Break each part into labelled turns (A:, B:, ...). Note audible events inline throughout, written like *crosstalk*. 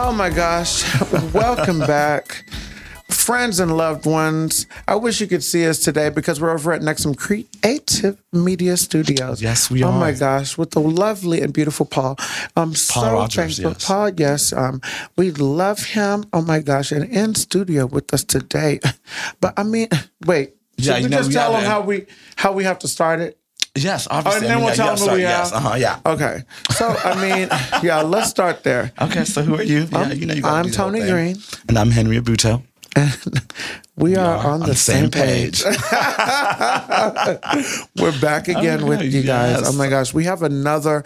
A: Oh my gosh.
B: *laughs*
A: Welcome back. Friends and loved ones, I wish you could see us today because we're over at Nexum Creative Media Studios.
B: Yes, we
A: Oh my
B: are.
A: gosh, with the lovely and beautiful Paul. I'm so
B: Rogers,
A: thankful.
B: yes.
A: Paul, yes, um, we love him. Oh my gosh, and in studio with us today. *laughs* But I mean, *laughs* wait,
B: Yeah,
A: should
B: you
A: we
B: know,
A: just
B: we
A: tell
B: have
A: him
B: it.
A: how we how we have to start it?
B: Yes,
A: Oh, and
B: obviously.
A: then
B: I mean,
A: we'll
B: yeah,
A: tell
B: yeah,
A: them who
B: sorry,
A: we
B: yes,
A: are.
B: Uh-huh, yeah.
A: Okay. So I mean, *laughs* yeah, let's start there.
B: Okay, so who are you? Yeah, you know you gotta
A: I'm
B: do the whole
A: Tony
B: thing.
A: Green.
B: And I'm Henry Abuto.
A: We are on the same page. We're back again with you guys.
B: Oh, yes.
A: Oh my gosh, we have another.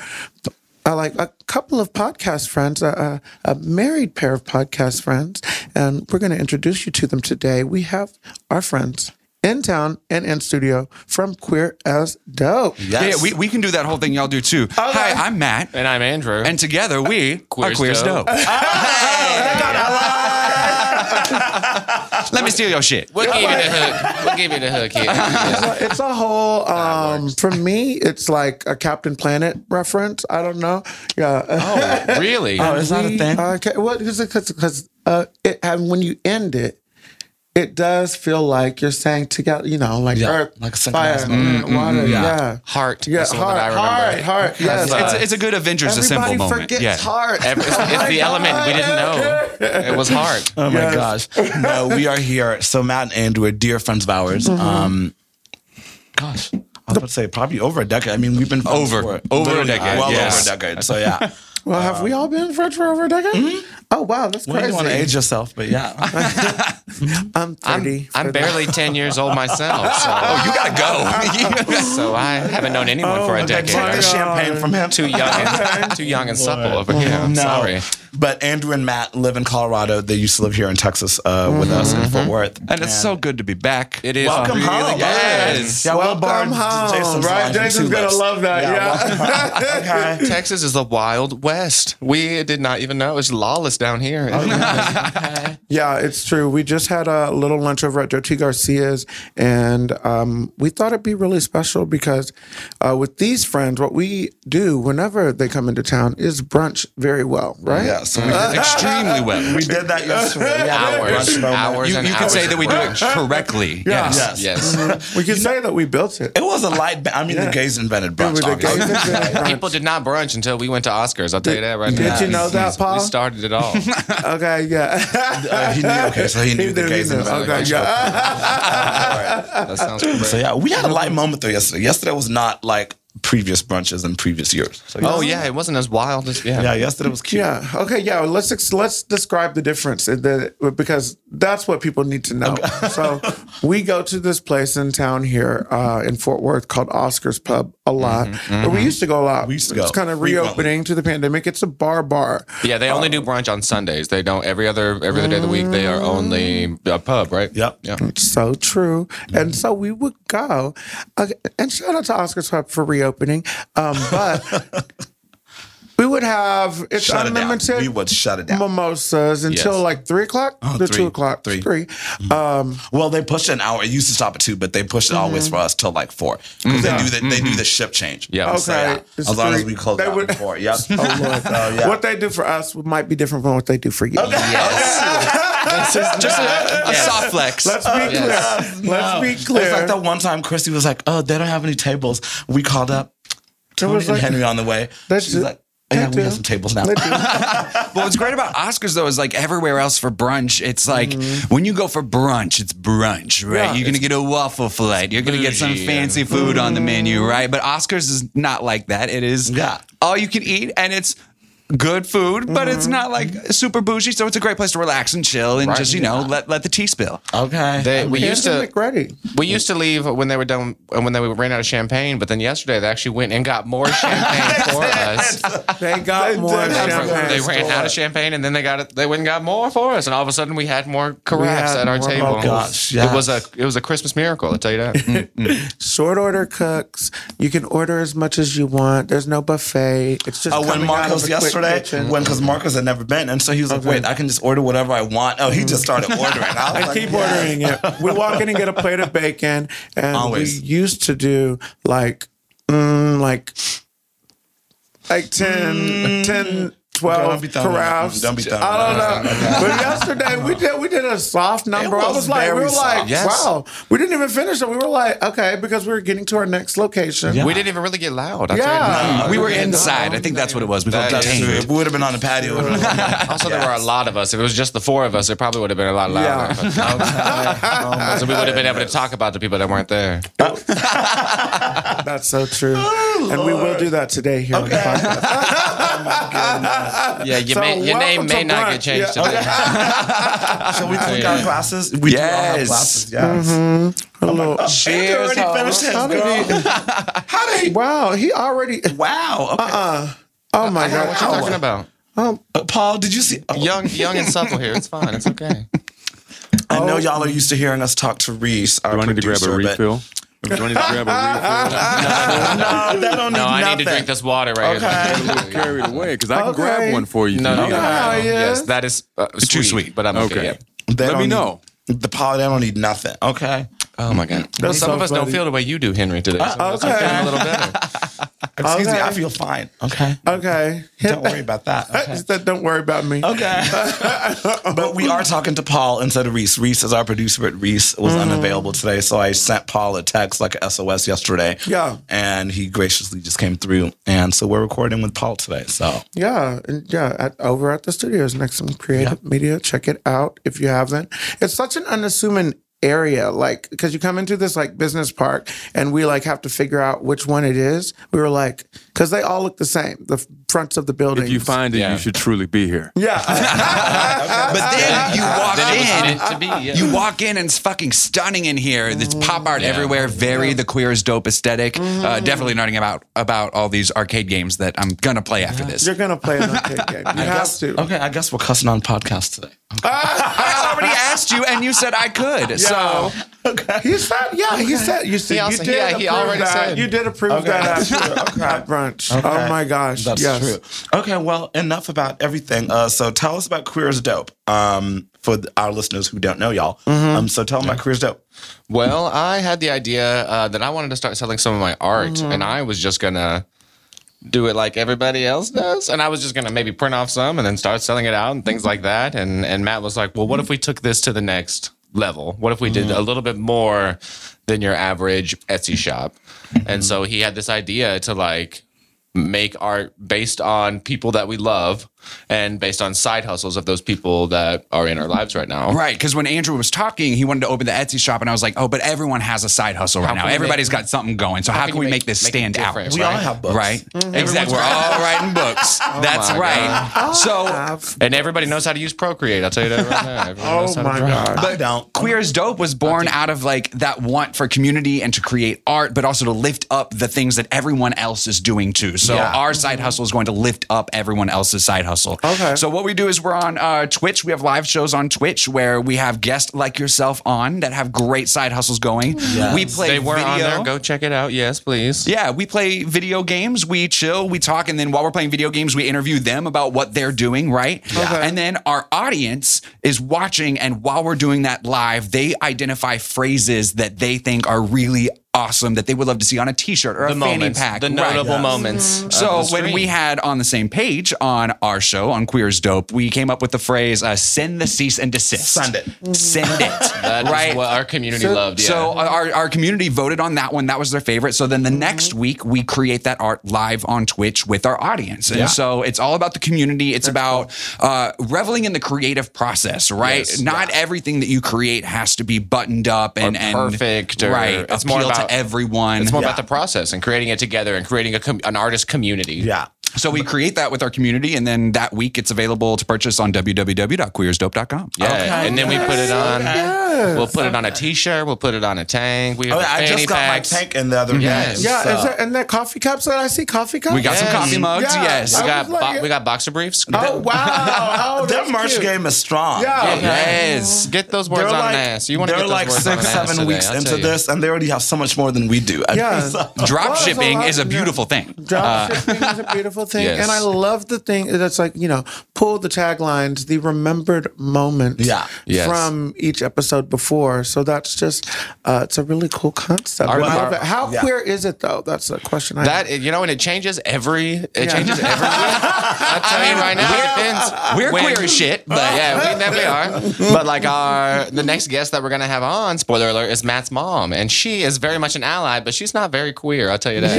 A: Uh, like a couple of podcast friends, uh, a married pair of podcast friends, and we're going to introduce you to them today. We have our friends in town and in studio from Queer as Dope.
B: yes.
C: Yeah, we, we can do that whole thing y'all do too. Hi, I'm Matt,
D: And I'm Andrew.
C: and together we
D: Queer's
C: are Queer's
D: Dope.
C: Dope.
A: Ah,
C: Let me steal your shit.
D: we'll give you the hook. We'll give you the hook here.
A: It's a- it's a whole um for me it's like a captain planet reference i don't know yeah
D: Oh, *laughs* really?
B: Oh, it's not a thing.
A: okay well because because uh it and when you end it it does feel like you're saying together you know like
B: Yeah,
A: earth
B: like a
A: fire
B: synchronized
A: water yeah,
C: yeah.
D: Heart.
A: Yeah,
D: That's the one
A: heart,
D: that I
A: heart,
D: remember.
A: heart. Yes,
C: It's, it's uh, a good Avengers
A: everybody
C: Assemble moment.
A: forgets
C: Yeah.
A: heart.
D: It's, it's the element we didn't know. It was hard.
B: Oh my
A: Yes.
B: gosh. No, we are here. So Matt and Andrew are dear friends of ours.
A: Mm-hmm.
B: Um, gosh. I was about to say probably over a decade. I mean, we've been friends
C: Over-
B: for
C: over a
B: literally
C: decade,
B: Well
C: yes.
B: over a decade. So yeah.
A: *laughs* Well, have we all been friends for over a decade? Oh wow, that's
B: well, you don't want to age
A: crazy. Oh
B: yourself,
A: *laughs*
B: but yeah.
A: I'm 30 for
D: I'm
A: that.
D: barely 10 years old myself.
A: *laughs*
D: So,
C: Oh, you gotta go.
D: *laughs* so I haven't known anyone
A: Oh,
D: for a
B: Take the
D: decade.
B: champagne from him.
D: Too young
A: *laughs*
D: and, too young and supple over here. I'm
B: No.
D: sorry.
B: But Andrew and Matt live in Colorado. They used to live here in Texas uh, with us
A: Mm-hmm.
B: in Fort Worth.
C: and it's so good to be back. It
D: is.
B: Welcome
C: really
B: home.
C: good.
B: Yes.
C: Yes.
B: Yeah,
A: Welcome
B: Will Bard,
A: home.
B: Jason's
A: Right,
B: line from
A: Jason's
B: Two
A: gonna
B: Lips.
A: love that, yeah.
B: welcome home. okay.
D: Texas is the Wild West. We did not even know. It's lawless down here.
A: Oh,
D: *laughs*
A: Yeah, it's true. We just had a little lunch over at Dirty Garcia's, and um, we thought it'd be really special because uh, with these friends, what we do whenever they come into town is brunch very well, right?
B: Yeah, so we did,
C: Extremely
D: *laughs*
B: *laughs*
C: well.
B: we did that yesterday. Yeah, we had a
D: hours,
B: brunch moment.
D: hours,
C: You,
D: and
C: you
D: hours.
C: could say that we do
A: *laughs*
C: it correctly.
B: Yes.
C: Yes.
B: *laughs*
D: Yes.
A: We can say that we built it.
B: It was a light. Ba- I mean, the gays invented brunch.
A: We did
B: obviously. *laughs*
A: gays and brunch.
D: People did not brunch until we went to Oscars. I'll tell you that right now.
A: Did you know that, Paul?
D: We started it all.
A: Okay, yeah.
B: Uh, he knew. Okay, so he knew
A: He
B: the
A: knew,
B: gays
A: he knew.
B: invented
A: Okay,
B: brunch.
A: yeah. *laughs*
D: That sounds correct.
B: So yeah, we had a light moment though yesterday. Yesterday was not like previous brunches and previous years. So,
D: Oh yeah, it wasn't as wild as yeah.
B: yeah, yesterday was cute.
A: Yeah. Okay. Yeah. well, Let's ex- let's describe the difference in the, because that's what people need to know. so we go to this place in town here uh, in Fort Worth called Oscar's Pub a lot. We used to go a lot. We
B: Mm-hmm, used to
A: It's
B: go
A: kind of
B: frequently.
A: reopening to the pandemic. It's a bar bar.
D: Yeah, they only do brunch on Sundays. They don't every other every other day of the week. They are only a pub, right?
B: Yep.
D: Yeah.
A: So true.
B: Mm-hmm.
A: And so we would go. Okay, and shout out to Oscar's Pub for reopening. Um, but
B: *laughs*
A: we would have it's
B: Shut it down.
A: unlimited.
B: We would shut it down.
A: Mimosas until
D: Yes.
A: like three o'clock to
B: three,
A: two o'clock,
B: three. Mm-hmm.
A: three. Um,
B: Well, they pushed an hour. It used to stop at two, but they pushed it always
A: Mm-hmm.
B: for us till like four. 'Cause They do the they do the shift change.
D: Mm-hmm. Yeah.
B: So,
A: Okay.
B: yeah,
A: It's
B: As long
A: three-
B: as we close
A: they
B: out
A: would-
B: before.
A: *laughs*
B: Yep.
D: *laughs*
B: *laughs* oh, Lord. So, yeah.
A: What they do for us might be different from what they do for you.
B: *laughs*
C: Just a, a soft flex.
A: Let's be clear. Let's be clear.
B: It's like that one time Christy was like, "Oh, they don't have any tables." We called up Tony
A: was
B: and
A: like-
B: Henry on the way.
A: That's
B: She's
A: it.
B: like, oh, "Yeah,
A: They
B: we
A: do.
B: have some tables now."
A: They do.
C: But what's great about Oscars though is like everywhere else for brunch, it's like
B: Mm-hmm.
C: when you go for brunch, it's brunch, right?
A: Yeah.
C: You're gonna get a waffle flight, you're gonna get some
D: bougie,
C: fancy food on the menu, right? But Oscars is not like that. It is
B: Mm-hmm. Yeah.
C: all you can eat, and it's good food, but it's
B: Mm-hmm.
C: not like super bougie. So it's a great place to relax and chill and
D: Right.
C: just you know let let the tea spill.
B: *laughs* okay. Uh,
D: They, we used to
A: Pandemic ready.
D: we used to leave when they were done uh, when they ran out of champagne, but then yesterday they actually went and got more champagne for us.
A: They
B: *laughs*
A: got more
B: did.
A: champagne.
D: They ran out of champagne and then they got it. They went and got more for us, and all of a sudden we had more carafes
A: had
D: at our
A: more
D: table.
A: bottles.
B: Gosh, yes.
D: It was a it was a Christmas miracle. I'll tell you that.
A: Short order cooks. You can order as much as you want. There's no buffet. It's just
B: Oh, when
A: coming out of
B: Marcos
A: a quick
B: yesterday,
A: kitchen.
B: when because Marcos had never been, and so he was like, "Wait, I can just order whatever I want." Oh, he just
A: *laughs*
B: started ordering. I was
A: I
B: like,
A: keep
B: "Yeah."
A: ordering it. We walk in and get a plate of bacon, and
B: Always.
A: we used to do like, mm, like, like 10, 10,
B: Don't
A: twelve
B: be throwing
A: carafes.
B: that. Don't be throwing
A: I don't
B: that.
A: know. but yesterday we did we did a soft number. I
B: was
A: was like, we
B: very
A: were like,
B: soft. Yes.
A: wow, we didn't even finish it. We were like, okay, because we were getting to our next location.
D: We didn't even really get loud. I
A: Yeah.
B: Uh,
C: we were inside. I think that's what it was. We felt
D: That is
C: contained.
B: It would have been on the *laughs* patio.
D: thought- *laughs* also, there were a lot of us. If it was just the four of us, it probably would have been a lot louder. *laughs* so we would have been able to talk about the people that weren't there.
A: That's so true.
B: Oh,
A: and we will do that today here on the podcast.
D: Yeah, you
A: So
D: may, your name
A: welcome to
D: may not
A: brunch.
D: get changed
A: Yeah.
D: today.
B: Shall we click our glasses? We do all have
C: Yes.
B: glasses. Yes. Mm-hmm.
A: Hello.
B: Andrew
C: Cheers.
B: already
C: Homer.
B: finished his.
A: How
B: girl.
A: did he? *laughs*
B: How did he?
A: Wow, he already.
B: Wow. Okay.
A: Oh my
D: Yeah,
A: god.
D: what you talking about?
B: Uh, Paul, did you see? oh,
D: Young, young and supple here. It's fine. It's okay.
B: I know y'all are used to hearing us talk to Reese. Our
E: Do I need to grab
B: producer,
E: a
B: but-
E: refill? Do I need to
D: *laughs*
E: grab a
B: No, that don't need
D: No, I
B: nothing.
D: need to drink this water right
B: Okay.
D: here.
E: refill? Carried away because I can
A: Okay.
E: grab one for
D: *laughs*
E: you. *laughs*
D: No, no, no, no,
A: Oh,
D: no.
A: yeah.
D: Yes, that is uh, sweet,
C: too sweet.
D: but I'm okay.
E: Okay.
D: yeah.
B: They
E: Let
B: don't
E: me
B: need-
E: know.
B: The Paul, they don't need nothing. Okay.
D: Oh my god. Well, some
A: so
D: of us don't
A: funny.
D: feel the way you do, Henry. Today, Some of us are
A: okay.
D: feeling a little better.
B: Excuse me.
A: Okay.
B: I feel fine. Okay.
A: Okay.
B: Don't worry about that.
A: *laughs* He
B: Okay.
A: said, don't worry about me.
B: *laughs* Okay. but we are talking to Paul instead of Reese. Reese is our producer, but Reese was
A: Mm.
B: unavailable today. So I sent Paul a text like a SOS yesterday.
A: Yeah.
B: And he graciously just came through. And so we're recording with Paul today. So
A: Yeah, and yeah, at, over at the studios next to Creative Media. Check it out if you haven't. It's such an unassuming area, like because you come into this like business park, and we like have to figure out which one it is. We were like, because they all look the same, the f- fronts of the buildings.
E: If you find it, you should truly be here.
A: yeah,
B: *laughs*
C: But then you walk
D: Then it was
C: in.
D: meant to be. yeah.
C: You walk in and it's fucking stunning in here. There's pop art everywhere. Very the queerest dope aesthetic. Uh, definitely learning about about all these arcade games that I'm gonna play after this.
A: you're gonna play an arcade game. You have to.
B: Okay, I guess we're cussing on podcast today.
C: I already asked you and you said I could. So
A: He said, yeah, he said, you see,
D: He
A: you
D: also-
A: did
D: yeah, he
A: approve
D: already
A: that.
D: said.
A: You did approve *laughs*
B: *laughs*
A: that after at brunch. Oh my gosh.
B: That's
A: yes.
B: true. Okay, well, enough about everything. Uh, so tell us about Queer as Dope um, for th- our listeners who don't know y'all.
A: Mm-hmm.
B: Um, so tell them about Queer as Dope.
D: Well, I had the idea uh, that I wanted to start selling some of my art, and I was just gonna do it like everybody else does, and I was just gonna maybe print off some and then start selling it out and things like that. And and Matt was like, "Well, what if we took this to the next level? What if we did a little bit more than your average Etsy shop?" And so he had this idea to like make art based on people that we love and based on side hustles of those people that are in our lives right now.
C: Right, because when Andrew was talking, he wanted to open the Etsy shop, and I was like, "Oh, but everyone has a side hustle right
D: How
C: now.
D: can we
C: Everybody's got something going. So how, can we make, this
D: it
C: stand out?"
D: different,
B: We all
D: right?
B: have books.
C: Right, exactly. We're all writing books. That's
D: my
C: right. So,
A: I've-
D: And everybody knows how to use Procreate. I'll tell you that right now. Everyone knows
A: oh
D: how to
A: my
D: draw.
A: god.
B: But don't.
C: Queer as Dope was born out of like that want for community and to create art, but also to lift up the things that everyone else is doing too. So
B: Yeah.
C: our side hustle is going to lift up everyone else's side hustle.
A: Okay.
C: So what we do is we're on uh, Twitch. We have live shows on Twitch where we have guests like yourself on that have great side hustles going. We play
D: They were
C: video.
D: on there. Go check it out. Yes, please.
C: Yeah, we play video games, we chill, we talk, and then while we're playing video games, we interview them about what they're doing, right? And then our audience is watching, and while we're doing that live, they identify phrases that they think are really awesome that they would love to see on a t-shirt or a
D: The
C: fanny
D: moments.
C: pack.
D: The
C: right.
D: notable moments. of
C: So
D: the
C: when
D: stream.
C: we had on the same page on our show on Queers Dope, we came up with the phrase uh, "send the cease and desist."
B: Send it.
C: Send it.
D: *laughs* that is
C: right.
D: what our community loved. Yeah.
C: So our, our community voted on that one. That was their favorite. So then
D: Mm-hmm.
C: the next week we create that art live on Twitch with our audience. And so it's all about the community. It's about uh, reveling in the creative process, right? Not everything that you create has to be buttoned up and, and
D: perfect or-
C: right.
D: it's
C: appeal
D: more about-
C: to everyone.
D: it's more about the process and creating it together and creating a com- an artist community.
B: Yeah.
C: so we create that with our community, and then that week it's available to purchase on www.queersdope.com.
D: Yeah. And then we put it on. We'll put it on a T-shirt. We'll put it on a tank. We have
B: Oh,
D: a
B: I
D: fanny
B: just got
D: packs.
B: my tank in the other
D: Yes.
B: day.
A: Yeah,
B: so-
A: is there, and that coffee cups that I see, coffee cups.
C: We got some
D: Yes.
C: coffee mugs.
A: Yeah.
C: Yes.
A: I
D: We got
A: was like-
D: bo- we got boxer briefs.
A: Oh wow! Oh,
B: Their
A: that's
B: merch
A: cute.
B: game is strong.
A: Yeah.
D: Yes. Get those words
B: They're
D: on
B: like,
D: an ass. You want to
B: they're
D: get those
B: like
D: words
B: six,
D: on an ass
B: seven
D: today,
B: weeks
D: I'll
B: into
D: tell you.
B: this, and they already have so much much more than we do. I
A: Yeah.
B: think so.
C: Drop
A: Well, it's a
C: shipping
A: lot-
C: is a
A: yeah.
C: beautiful thing.
A: Drop shipping is a beautiful thing.
D: yes.
A: And I love the thing that's like, you know, pull the taglines, the remembered moments
B: Yeah.
D: Yes.
A: from each episode before. So that's just, uh, it's a really cool concept. And I love it. How
B: yeah.
A: queer is it though? That's the question I
D: That you know, and it changes every. It
A: Yeah.
D: changes every. I tell you right now, it depends.
C: We're
D: When-
C: queer as shit, but
D: But *laughs* yeah, we definitely are. But like our the next guest that we're gonna have on, spoiler alert, is Matt's mom, and she is very much an ally, but she's not very queer. I'll tell you that.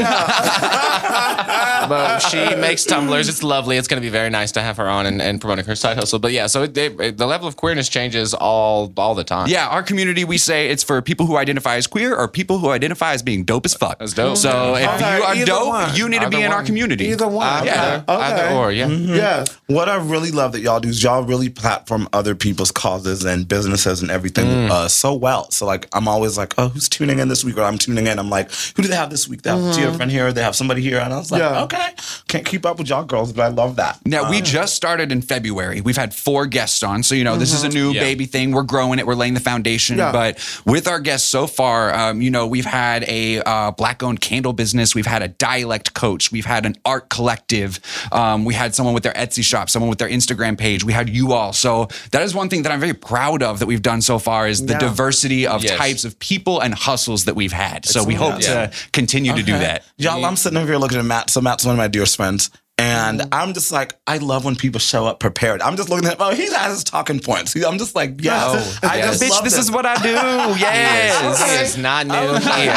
D: *laughs* but she makes tumblers. It's lovely. It's gonna be very nice to have her on and, and promoting her side hustle. But yeah, so it, it, the level of queerness changes all all the time.
C: Yeah, our community, we say it's for people who identify as queer or people who identify as being dope as fuck.
D: That's dope.
C: So if
A: Okay,
C: you are
A: either
C: dope,
A: one.
C: you need to
D: Either
C: be in our
D: one.
C: community.
A: Either one.
D: Either,
A: yeah.
D: either
A: Okay.
D: or, Uh, yeah.
A: Yes.
B: What I really love that y'all do is y'all really platform other people's causes and businesses and everything
D: Mm.
B: uh, so well. So like I'm always like, oh, who's tuning in this week? Or I'm tuning in. I'm like, who do they have this week? They have
D: Mm-hmm.
B: a dear friend here. They have somebody here. And I was like,
A: Yeah.
B: okay, can't keep up with y'all girls, but I love that.
C: Now we just started in February. We've had four guests on, so you know this is a new
D: Yeah.
C: baby thing. We're growing it. We're laying the foundation.
A: Yeah.
C: But with our guests so far, um, you know we've had a uh, black-owned candle business. We've had a dialect coach. We've had an art collective. Um, we had someone with their Etsy shop. Someone with their Instagram page. We had you all. So that is one thing that I'm very proud of that we've done so far is the
A: Yeah.
C: diversity of
D: Yes.
C: types of people and hustles that we've had. So we hope
D: Yeah.
C: to continue to do that.
B: Y'all, I'm sitting over here looking at Matt. So Matt's one of my dearest friends. And I'm just like, I love when people show up prepared. I'm just looking at him. Oh, he has his talking points. He- I'm just like, yes.
D: Oh,
B: I
D: yes.
B: just love
C: Bitch, this
B: *laughs*
C: is what I do. Yes.
D: He is not new here. I tell you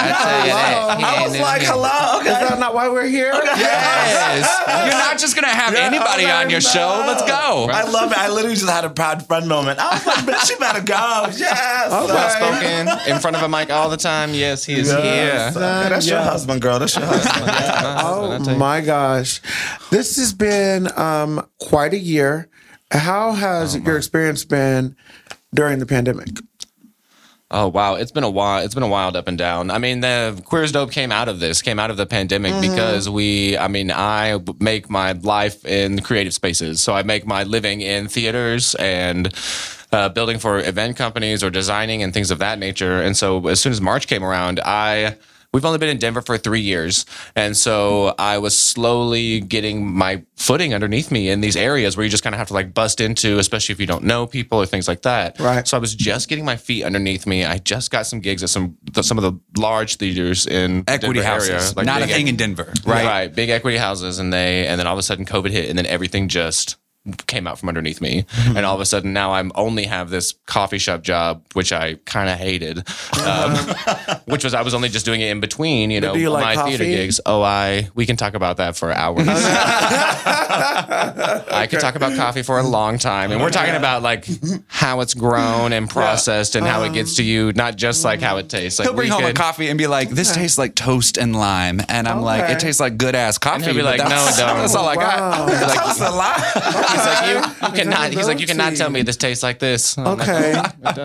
D: that. He
B: I
D: ain't
B: was
D: new
B: like,
D: here.
B: hello. Okay.
A: Is that not why we're here?
D: *laughs*
C: Yes. You're not just going to have anybody
B: okay,
C: on your
B: no.
C: show. Let's go.
B: I love it. I literally just had a proud friend moment. I was like, bitch, you better go. Yes.
A: Okay.
D: spoken in front of a mic all the time. Yes, he is
B: Yes.
D: here.
B: Okay, that's your
A: Yeah.
B: husband, girl. That's your husband.
A: Oh my gosh. This has been um, quite a year. How has your experience been during the pandemic?
D: Oh wow, it's been a while. It's been a wild up and down. I mean, the queers dope came out of this, came out of the pandemic because we. I mean, I b- make my life in creative spaces, so I make my living in theaters and. Uh, building for event companies or designing and things of that nature. And so, as soon as March came around, I we've only been in Denver for three years. And so I was slowly getting my footing underneath me in these areas where you just kind of have to like bust into, especially if you don't know people or things like that.
A: Right.
D: So I was just getting my feet underneath me. I just got some gigs at some th- some of the large theaters in the
C: Equity
D: Denver
C: houses.
D: area, like
C: not a
D: big
C: thing
D: equ-
C: in Denver.
D: right. Right. Big equity houses and they and then all of a sudden COVID hit and then everything just came out from underneath me.
C: Mm-hmm.
D: and all of a sudden now I'm only have this coffee shop job, which I kind of hated.
C: *laughs*
D: Um, which was I was only just doing it in between, you know,
A: do you like
D: my theater
A: coffee?
D: gigs. Oh, I we can talk about that for
C: *laughs*
D: hours. *laughs* I could talk about coffee for a long time, and we're talking about like how it's grown and processed and how it gets to you, not just like how it tastes. Like
C: Um, He'll bring
D: we
C: home a
D: could-
C: coffee and be like, this tastes like toast and lime. And I'm like, it
A: Okay.
C: tastes like good ass coffee.
D: he'll be
C: but *laughs*
D: like, no,
C: that's-
D: it don't.
C: That's all I got.
A: Wow.
B: That was a lie.
D: He's like, you, you cannot. He's like, you cannot
A: Accountability.
D: tell me this tastes like this. And I'm like,
A: Okay.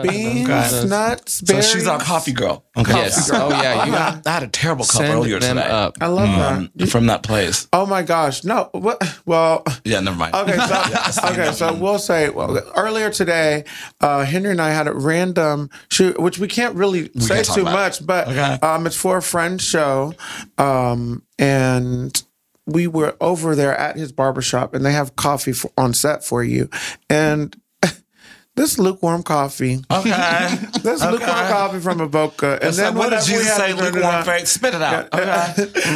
A: Beans,
B: Okay.
A: nuts,
B: So
A: berries.
B: she's our coffee girl. Okay.
D: yes. Oh yeah. You
B: I had a terrible cup
D: send
B: earlier
D: them
B: today
D: up.
A: I love
B: um,
D: Mm.
A: that.
B: from that place.
A: Oh my gosh. No. What? Well,
B: Yeah, never mind.
A: Okay,
B: *laughs*
A: so okay, so we'll say well, earlier today, uh, Henry and I had a random shoot, which we can't really say
B: can't talk
A: too
B: about
A: much, but
B: Okay.
A: um, it's for a friend show, um, and we were over there at his barbershop, and they have coffee for, on set for you, and. *laughs* This lukewarm coffee.
B: Okay.
A: *laughs* This lukewarm coffee from a boca. And
B: so what did
A: whatever we
B: Jesus
A: had
B: say?
A: to drink it
B: Lukewarm
A: up-
B: faith. Spit it out. Okay.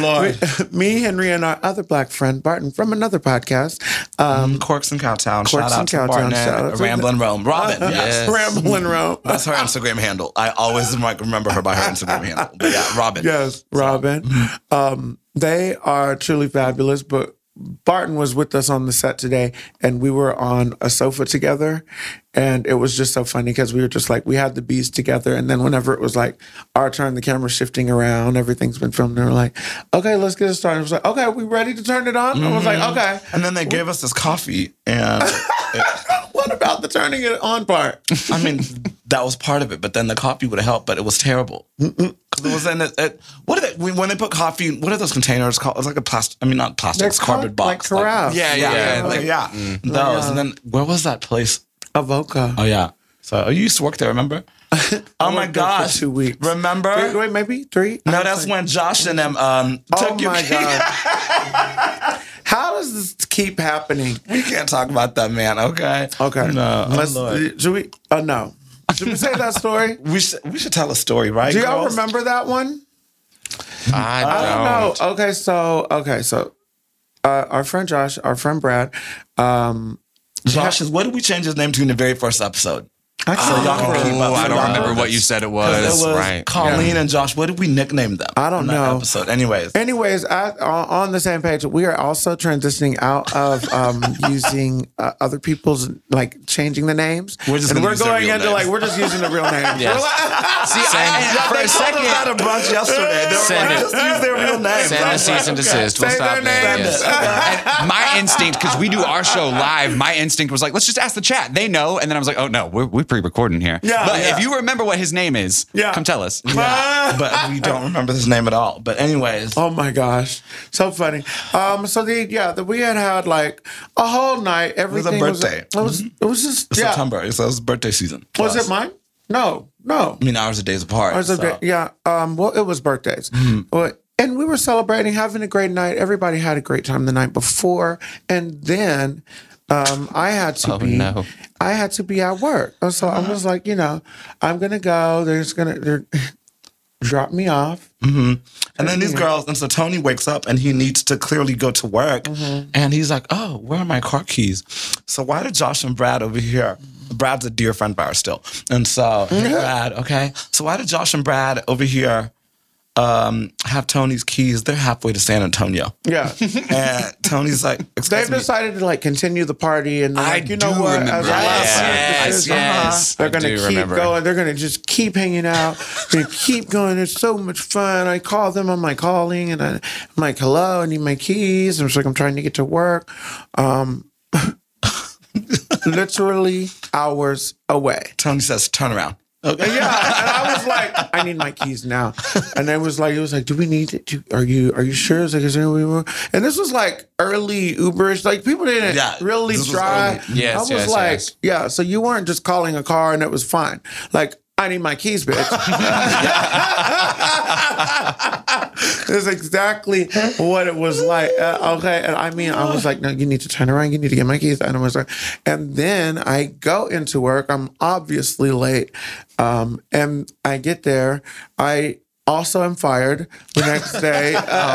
A: *laughs*
B: Lord.
A: Me, Henry, and our other black friend, Barton, from another podcast, um,
B: Mm, Corks and Cowtown.
A: Corks
B: Shout out
A: and
B: to
A: Cowtown.
B: Barton
A: Shout out
B: and
A: to-
B: Ramblin' Rome. Robin. *laughs* Yes.
A: Rambling Room.
B: *laughs* That's her Instagram handle. I always like, remember her by her Instagram handle. But yeah, Robin.
A: Yes, Robin. Um, they are truly fabulous, but Barton was with us on the set today and we were on a sofa together and it was just so funny because we were just like we had the beats together and then whenever it was like our turn the camera shifting around everything's been filmed and we're like okay let's get it started I was like okay we ready to turn it on I was like okay
B: And then they gave us this coffee. And
A: what about the turning it on part
B: I mean, that was part of it. But then the coffee would have helped, but it was terrible. Because it was in it. it- what are they, when when they put coffee, what are those containers called? It's like a plastic, I mean, not plastic,
A: They're
B: it's cardboard
A: called, like,
B: box.
A: carafe.
B: yeah, yeah,
C: Yeah.
B: yeah. Mm. like, yeah. Those. And then where was that place?
A: a voca
B: Oh, yeah. So oh, you used to work there, remember? Oh my
A: worked there for
B: gosh.
A: two weeks.
B: Remember?
A: Three- wait, maybe three. I
B: No,
A: was
B: that's
A: like,
B: when Josh and them um,
A: Oh
B: took you. *laughs*
A: my god! How does this keep happening?
B: We can't talk about that man. Okay.
A: Okay,
B: No. oh,
A: Let's,
B: Lord.
A: should we? Oh no! Should we say that
B: *laughs*
A: story?
B: we should we should tell a story, right?
A: Do y'all
B: girls?
A: remember that one?
D: I don't,
A: I don't know. Okay, so okay, so uh, our friend Josh, our friend Brad, um,
B: Josh is what did we change his name to in the very first episode?
A: actually,
B: y'all can keep up.
C: Oh, I
B: Y'all
C: don't remember
B: know
C: what
B: this.
C: you said it
D: *laughs*
B: 'Cause
C: was.
B: it was
D: right.
B: Colleen and Josh. What did we nickname them?
A: I don't
B: in that
A: know.
B: Episode.
A: *gasps*
B: Anyways.
A: Anyways, I, on on the same page, we are also transitioning out of
B: *laughs*
A: um, using uh, other people's like changing the names,
B: We're just
A: and
B: gonna
A: we're
B: use their
A: going
B: real
A: into
B: names.
A: like we're just using the real name.
D: *laughs* Yes.
B: See,
D: Send- for a
B: I
D: second-
B: had a brunch yesterday. They were
D: Send
B: like,
D: it.
B: just use their real names.
D: Send
B: I'm
A: *laughs*
D: a cease
B: like,
D: and desist. We'll
A: Say
D: stop
A: their
D: that.
A: names.
D: Yes.
C: And my instinct, because we do our show live, my instinct was like, let's just ask the chat. They know. And then I was like, oh no, we're, we're pre-recording here.
A: Yeah,
C: but
A: yeah.
C: if you remember what his name is,
A: *laughs* Yeah.
C: come tell us.
B: Yeah, but we don't remember his name at all. But anyways,
A: Oh my gosh, so funny. Um, so the yeah, the, we had had like a whole night.
B: was a
A: Everything
B: birthday. Mm-hmm.
A: It was it was just
B: it's
A: yeah.
B: September. So it was birthday season.
A: Was
B: Yes.
A: it mine? No, no.
B: I mean, hours or days apart.
A: Ours was
B: so.
A: a- yeah. Um, well, it was birthdays.
B: Mm-hmm.
A: Well, and we were celebrating, having a great night. Everybody had a great time the night before, and then um, I had
B: Oh,
A: to be.
D: no.
A: I had to be at work, And so I was like, you know, I'm gonna go. They're just gonna they're, *laughs* drop me off.
B: And then these girls, and so Tony wakes up and he needs to clearly go to work.
A: Mm-hmm.
B: And he's like, oh, where are my car keys? So why did Josh and Brad over here? Brad's a dear friend of ours still. And so,
A: Mm-hmm.
B: hey, Brad, okay. So why did Josh and Brad over here um, have Tony's keys? They're halfway to
A: *laughs*
B: San Antonio.
A: Yeah,
B: And Tony's like,
A: they've
B: excuse me.
A: decided to like continue the party, and they're
C: I
A: like, you know
C: do
A: what?
C: remember
A: As a
C: that.
A: last minute
C: Yes,
A: decision, uh-huh.
C: yes.
A: They're
D: I
A: gonna
D: do
A: keep
D: remember.
A: going. They're gonna just keep hanging out. They keep going. It's so much fun. I call them on my calling, and I, am like, "Hello, I need my keys." I'm just like, "I'm trying to get to work." Um, *laughs* literally hours away.
B: Tony says, turn around. Okay.
A: Yeah, and I was like, "I need my keys now," and it was like, "It was like, do we need it? Do, are you are you sure?" It's like, "Is there any way more?" And this was like early Uberish. Like people didn't
B: Yeah,
A: really
B: this was
A: try.
B: early.
D: Yes,
A: I was
D: yes,
A: like,
D: yes.
A: "Yeah." So you weren't just calling a car and it was fine. Like. I need my keys, bitch. *laughs* That's exactly what it was like. Uh, okay, and I mean, I was like, "No, you need to turn around. You need to get my keys." And I was like, and then I go into work. I'm obviously late, um, and I get there. I also am fired the next day.
D: *laughs*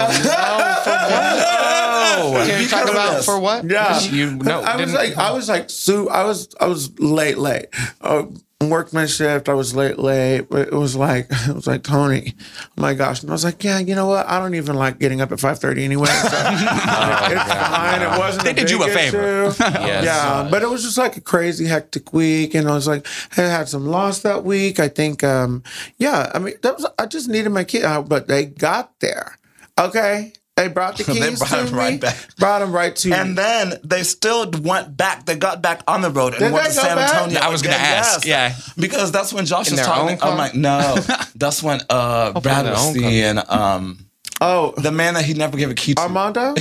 A: Uh,
D: Can you talk about for what?
A: Yeah.
D: You no.
A: I was
D: didn't-
A: like, I was like, Sue, I was, I was late, late. Uh, worked my shift. I was late, late. But it was like, *laughs* it was like Tony. Oh my gosh! And I was like, yeah, you know what? I don't even like getting up at five thirty anyway. So uh, it's fine. It wasn't.
C: They did you a
A: big
C: favor.
A: issue.
D: Yes.
A: Yeah, but it was just like a crazy hectic week, and I was like, I had some loss that week. I think, um, yeah, I mean, that was, I just needed my kid, uh, but they got there. Okay, they brought the keys
B: They brought
A: to
B: 'em
A: me,
B: right back.
A: brought them right to me.
B: And then they still went back. They got back on the road and
A: Did
B: went
A: they
B: to
A: go
B: San
A: back?
B: Antonio.
C: I was gonna
B: again,
C: ask, yeah.
B: because that's when Josh was
D: their
B: talking.
D: own car?
B: I'm like,
C: *laughs*
B: no, that's when uh, Brad
D: their
B: was
D: own car.
B: seeing um,
A: oh,
B: the man that he never gave a key to. *laughs*
A: Armando?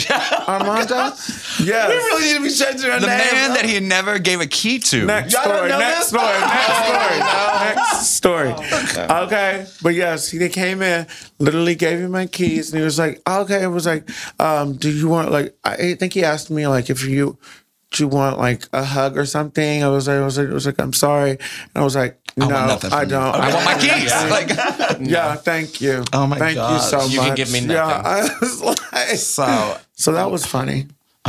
A: Armando?
B: we
A: Yes.
B: really need to be changing our
C: The
B: name.
C: man that he never gave a key to.
A: Next
B: Y'all don't
A: story,
B: know Oh,
A: next
B: this?
A: story, next story,
B: *laughs*
A: next story. Okay, but yes, he they came in, literally gave me my keys, and he was like, "Okay," it was like, um, "Do you want like?" I think he asked me like if you, do you want like a hug or something? I was like, I was like, I was like, I'm sorry, and I was like, no,
B: nothing from
A: I
B: you.
A: don't.
C: I want my keys.
A: *laughs* Yeah.
C: Like,
A: Yeah, thank you.
B: Oh my
A: thank you
B: gosh.
A: so much.
D: You can give me nothing.
A: Yeah, I was like,
B: so,
A: *laughs* so that was funny.
B: *laughs*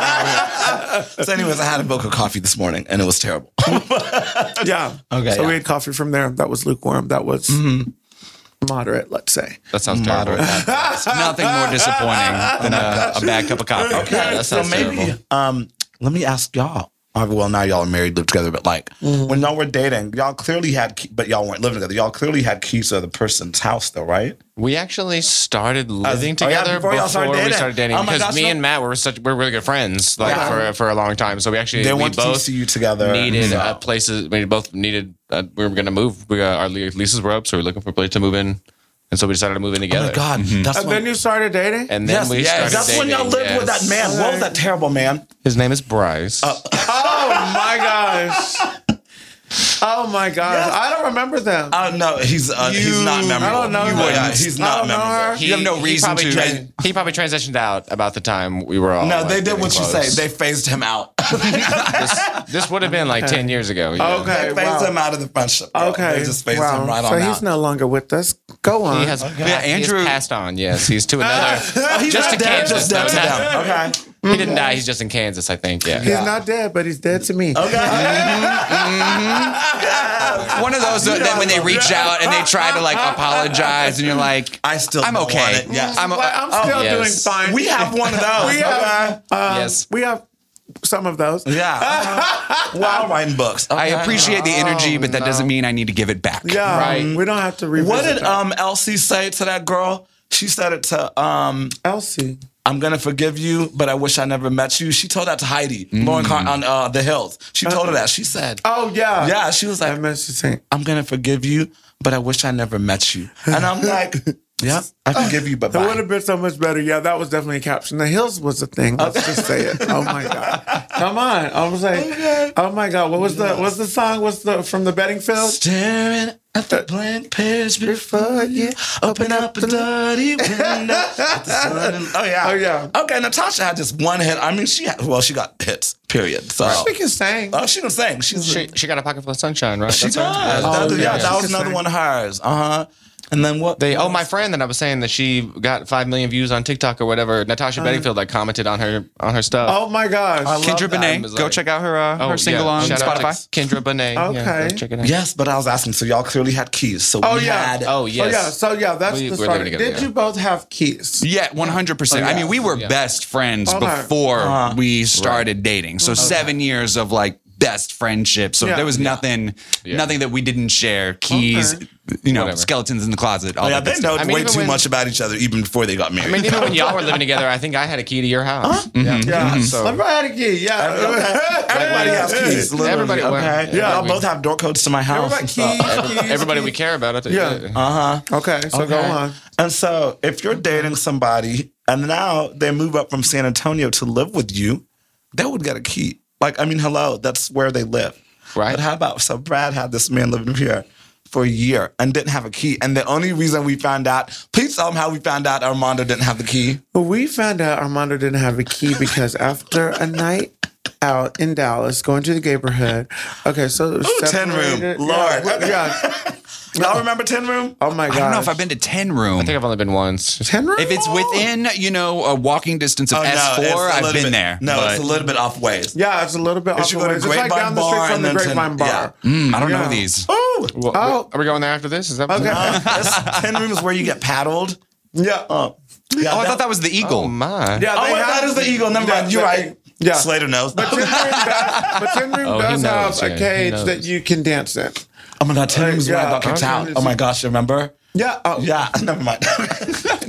B: so, anyways, I had a book of coffee this morning and it was terrible.
A: Yeah.
B: Okay,
A: So we
B: yeah. Mm-hmm.
A: had coffee from there. That was lukewarm. That was moderate, let's say.
D: that sounds terrible.
C: nothing more disappointing than a, a bad cup of coffee.
D: Yeah, that
B: so
D: sounds
B: maybe
D: terrible.
B: um, let me ask y'all. Uh, Well, now y'all are married, live together, but like
A: Mm-hmm.
B: when y'all were dating, y'all clearly had, key, but y'all weren't living together. Y'all clearly had keys to the person's house, though, right?
D: We actually started living
B: oh, yeah,
D: together
B: before
D: before,
B: y'all started
D: we
B: dating.
D: started dating
B: Oh my
D: because
B: gosh,
D: me
B: no-
D: and Matt were such we were really good friends like for for a long time. So we actually
B: They
D: we
B: went to
D: both
B: see you together.
D: needed
B: so.
D: uh, places. We both needed. Uh, we were going to move. We got, our le- leases were up, so we were looking for a place to move in, and so we decided to move in
B: Oh
D: together.
B: my God,
C: Mm-hmm.
B: that's
A: And
B: when,
A: then you started dating?
D: And then we started
B: that's when y'all
D: dating,
B: lived with
D: yes. Uh,
B: that man. What was that terrible man?
D: His name is Bryce.
A: oh my Oh gosh. Oh my gosh.
B: Yes.
A: I don't remember them.
B: Uh, no, he's uh, he's not memorable.
A: I don't know
B: You
A: her.
B: would- yeah, he's
A: I
B: not
A: don't know
B: memorable.
A: her.
C: You have no reason
D: he probably
C: to.
D: he probably transitioned out about the time we were all.
B: No,
D: like,
B: they did
D: getting
B: what you
D: close.
B: say. They phased him out.
D: this, this would have been like ten years ago. yeah.
A: Okay.
B: they phased
A: wow.
B: him out of the friendship.
D: Oh,
B: bro.
A: Okay.
B: They just phased
A: wow.
B: him right
A: so
B: on
A: he's
B: out.
A: no longer with us. Go on.
D: He
A: *laughs*
D: has, *laughs*
B: Okay.
D: yeah,
C: Yeah,
D: Andrew
C: Andrew-
D: passed on. Yes, he's to another.
B: Oh, he's
D: Just
B: not
D: to
B: dead,
D: Kansas,
B: just dead
D: though.
B: to them. Okay.
D: he didn't die. He's just in Kansas, I think. Yeah.
A: He's not dead, but he's dead to me.
B: Okay.
C: one of those uh, that, that when they reach out and they try to like apologize and you're like
B: I still
C: *laughs* I'm
B: don't
C: okay.
B: want it. Yes.
C: I'm,
A: Well, I'm still
D: Oh, yes.
A: doing fine.
B: we have one of those.
A: We have-
B: okay.
D: yes.
A: we have some of those.
B: yeah. While writing books.
C: I appreciate the energy, but that
D: no.
C: doesn't mean I need to give it back.
A: Yeah.
D: Right.
A: We don't have to revisit
B: What did
A: that.
B: um Elsie say to that girl? She said it to um
A: Elsie.
B: I'm gonna forgive you, but I wish I never met you. She told that to Heidi Lauren Car- on uh, the Hills. She told her that. She said,
A: Oh yeah.
B: "Yeah." She was
A: I
B: like,
A: meant to say.
B: "I'm gonna forgive you, but I wish I never met you." And *laughs* I'm like, "Yep, I forgive you, but
A: That would
B: bye.
A: have been so much better. Yeah, that was definitely a caption. The hills was a thing. Let's just say it. Oh my
D: *laughs*
A: god. Come on. I was like, oh my god. What was the what's the song? What's the from the betting field?
B: Staring at the blank page before you, open up a dirty window. at the sun and- *laughs* oh yeah,
A: Oh, yeah.
B: Okay, Natasha had just one hit. I mean, she had, well, she got hits. Period. So
A: We can sing.
B: oh, she was saying she's
D: She, she got a pocket full of sunshine, right?
B: She does.
D: her? Yeah.
B: That- yeah,
A: yeah.
B: that was
A: She's
B: another
A: saying-
B: one of hers. Uh huh. And then what?
D: They, oh, my friend that I was saying that she got five million views on TikTok or whatever. Natasha Bedingfield like commented on her on her stuff. Oh,
A: Oh my gosh.
C: Kendra
B: Love that.
C: Bonet,
D: It was
C: go
D: like-
C: check out her uh, her single on Spotify.
D: Kendra Bonet. Yeah,
A: Okay.
D: go check it out.
B: Yes, but I was asking. So y'all clearly had keys. So
A: Oh,
B: we
A: yeah.
B: had.
D: Oh
A: Oh
D: yes.
A: yeah. So yeah, that's
D: We-
A: the
D: we're
A: story.
D: living together,
A: Did
D: yeah.
A: you both have keys?
C: Oh, Yeah, one hundred percent. I mean, we were best friends
A: Okay.
C: before we started dating, so seven years of like best friendship. So
A: Yeah.
C: there was nothing, nothing that we didn't share. Keys, you know,
D: Whatever.
C: skeletons in the closet. All
B: Oh, yeah,
C: that
B: they
C: good
B: know
D: I mean,
B: way
D: even
B: too
D: when-
B: much about each other even before they got married. *laughs*
D: I mean, even when y'all were living together, I think I had a key to your house. Yeah.
A: Yeah.
D: Mm-hmm. So-
A: Everybody had a key. Yeah.
B: everybody has keys. Literally.
D: Everybody-
B: okay.
D: yeah,
B: y'all
D: we-
B: both have door codes to my house.
A: Everybody
B: and
A: keys,
B: stuff. Uh-huh.
A: keys.
D: Everybody we
A: keys.
D: care about. I think.
A: Yeah. Okay, so go on.
B: And so, if you're dating somebody and now they move up from San Antonio to live with you, they would get a key. Like, I mean, hello, that's where they live.
D: Right.
B: But how about so Brad had this man living here for a year and didn't have a key. And the only reason we found out, please tell them how we found out Armando didn't have the key.
A: But we found out Armando didn't have a key because after a night out in Dallas, going to the neighborhood. Okay, so it was
B: Ooh, 10 room.
A: separated-
B: Lord.
A: Yeah, yeah.
B: Y'all remember Tin Room?
A: Oh my god.
C: I don't know if I've been to ten room.
D: I think I've only been once.
A: ten room.
C: If it's within, you know, a walking distance of
B: Oh, no,
C: S4,
B: it's a
C: I've
B: little
C: been
B: bit-
C: there.
B: No,
C: but-
B: it's a little bit off
C: *laughs*
B: ways.
A: yeah, it's a little bit off
B: should
A: the
B: go to
A: way. It's like
B: Grapevine
A: down the street
B: Bar
A: from
B: and
A: the
B: then Tin-
A: Grapevine Bar.
C: Mm, I don't
A: Yeah.
C: know these.
B: Ooh.
D: Well,
A: Oh.
D: are we going there after this? Is that
A: Okay.
B: This Tin Room is where you get paddled.
A: *laughs* Yeah.
B: Oh, yeah,
C: Oh, I thought that was the eagle.
D: Oh my.
A: Yeah,
B: Oh,
A: they
B: wait,
A: have-
B: that is the eagle. Never
A: Yeah,
B: mind. You're
A: they-
B: right.
A: Yeah.
B: Slater knows. *laughs*
A: But Tin Room does, but Tin Room
D: Oh, he
A: does
D: knows,
A: have
D: yeah,
A: a
D: he
A: cage
D: knows.
A: that you can dance in.
B: oh my God, Tin Room is where I got kicked
A: Okay.
B: out. Oh my gosh, you remember?
A: Yeah. Oh,
B: Yeah, *laughs* never mind.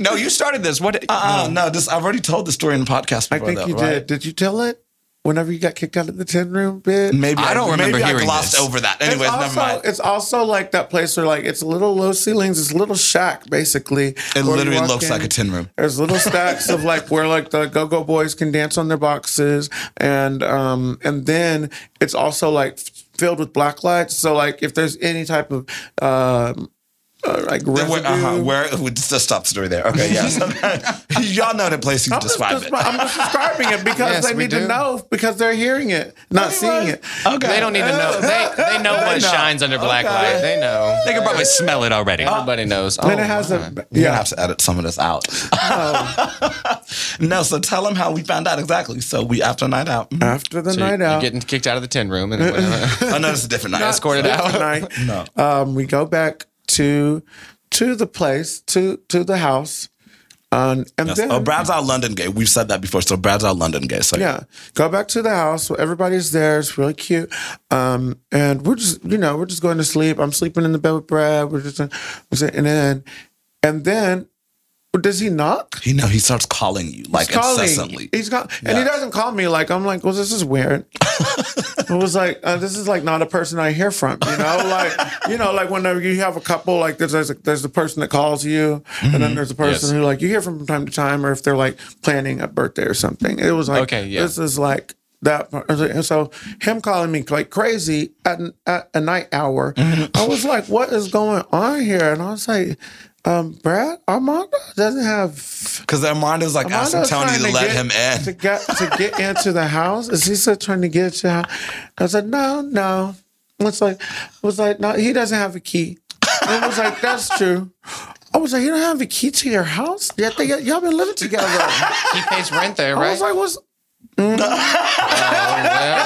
C: No, you started this. What?
B: uh, no, this I've already told the story in the podcast
A: I
B: before.
A: think
B: though,
A: you
B: right?
A: did. Did you tell it? Whenever you got kicked out of the Tin Room, bit.
B: Maybe
C: I don't remember
B: maybe
C: hearing
B: I glossed
C: this.
B: over that.
A: It's
B: Anyways,
A: also,
B: never mind.
A: It's also like that place where like it's little low ceilings, it's a little shack basically.
B: It
A: where you
B: literally
A: walk
B: looks
A: in,
B: like a tin room.
A: There's
B: *laughs*
A: little stacks of like where like the Go Go Boys can dance on their boxes, and um and then it's also like filled with black lights. So like if there's any type of uh, uh like
B: Then
A: residue.
B: where, uh-huh, where *laughs* it would just stop the story there. Okay, yes. *laughs* Okay. Y'all know the place you
A: I'm just,
B: describe
A: descri-
B: it.
A: I'm just describing it because
D: Yes,
A: they
D: we
A: need
D: do.
A: to know because they're hearing it, not seeing it.
B: Okay.
D: They don't need
A: *laughs*
D: to know. They they know what shines under black light. They know.
C: They could probably smell it already.
D: Everybody knows.
A: And
D: Oh,
A: it has
D: my.
A: a
B: You're gonna
A: yeah.
B: have to edit some of this out. *laughs* no, so tell them how we found out exactly. So we after a night out. *laughs* Mhm.
A: After the
D: So
A: night
D: you're,
A: out,
D: you're getting kicked out of the tin room
A: *laughs*
D: and whatever.
B: Oh no, it's a different night.
D: escorted out.
A: night. Um, we go back to to the place, to to the house. Um, and
B: Yes.
A: then
B: Oh, Brad's our London gay. We've said that before. So Brad's our London gay. So
A: yeah, go back to the house. Where everybody's there. It's really cute. Um, and we're just you know we're just going to sleep. I'm sleeping in the bed with Brad. We're just we're sitting in, and then does he knock?
B: he know he starts calling you like
A: He's calling.
B: incessantly.
A: He's call- and he
B: Yeah.
A: doesn't call me. Like I'm like, well, this is weird. I was like, uh, this is like not a person I hear from. You know, like you know, like whenever you have a couple, like there's there's, a, there's the person that calls you, and then there's a person
D: Yes.
A: who like you hear from from time to time, or if they're like planning a birthday or something. It was like,
D: Okay, yeah.
A: this is like that part. And so him calling me like crazy at, an, at a night hour, I was like, what is going on here? And I was like, um, Brad, Armando doesn't have
B: Because Armando's like
A: Armando's
B: asking Tony
A: trying
B: to let
A: get-
B: him in.
A: To get to get into the house. Is he still trying to get to the house? I said, No, no. It's like I was like, no, he doesn't have a key. And it was like, that's true. I was like, you don't have a key to your house? Yeah, they, y'all been living
B: *laughs*
A: together. I
D: He pays rent there, right?
A: was like, "Ah, what's
D: Well, no,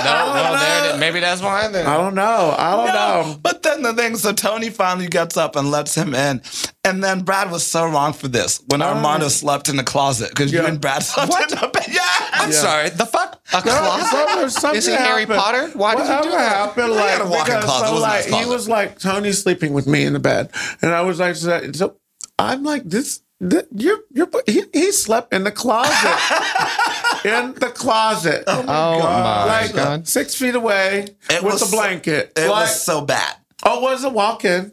D: no, there it is. maybe that's why.
A: *laughs*
D: Then.
A: I don't know. I don't know.
B: But then the thing, so Tony finally gets up and lets him in. And then Brad was so wrong for this when Armando slept in the closet because you
A: Yeah.
B: and Brad slept in the bed. Yeah.
C: I'm sorry. The fuck?
D: A closet?
A: Something- something
D: Is he Harry
A: happened.
D: Potter? Why did you do
A: Whatever
D: that?
A: happened? Like,
B: had a walk-in
A: because,
B: closet. It
A: So,
B: wasn't
A: like,
B: his
A: he
B: closet.
A: was like Tony sleeping with me in the bed, and I was like, so so I'm like this. th- You're, you're, he, he slept in the
D: *laughs*
A: closet, in the closet. Oh my
D: Oh my
A: like
D: God.
A: six feet away
B: It
A: with
B: was
A: a
B: so-
A: blanket.
B: It
A: Like,
B: was so bad.
A: oh, was a
D: *laughs*
A: walk-in.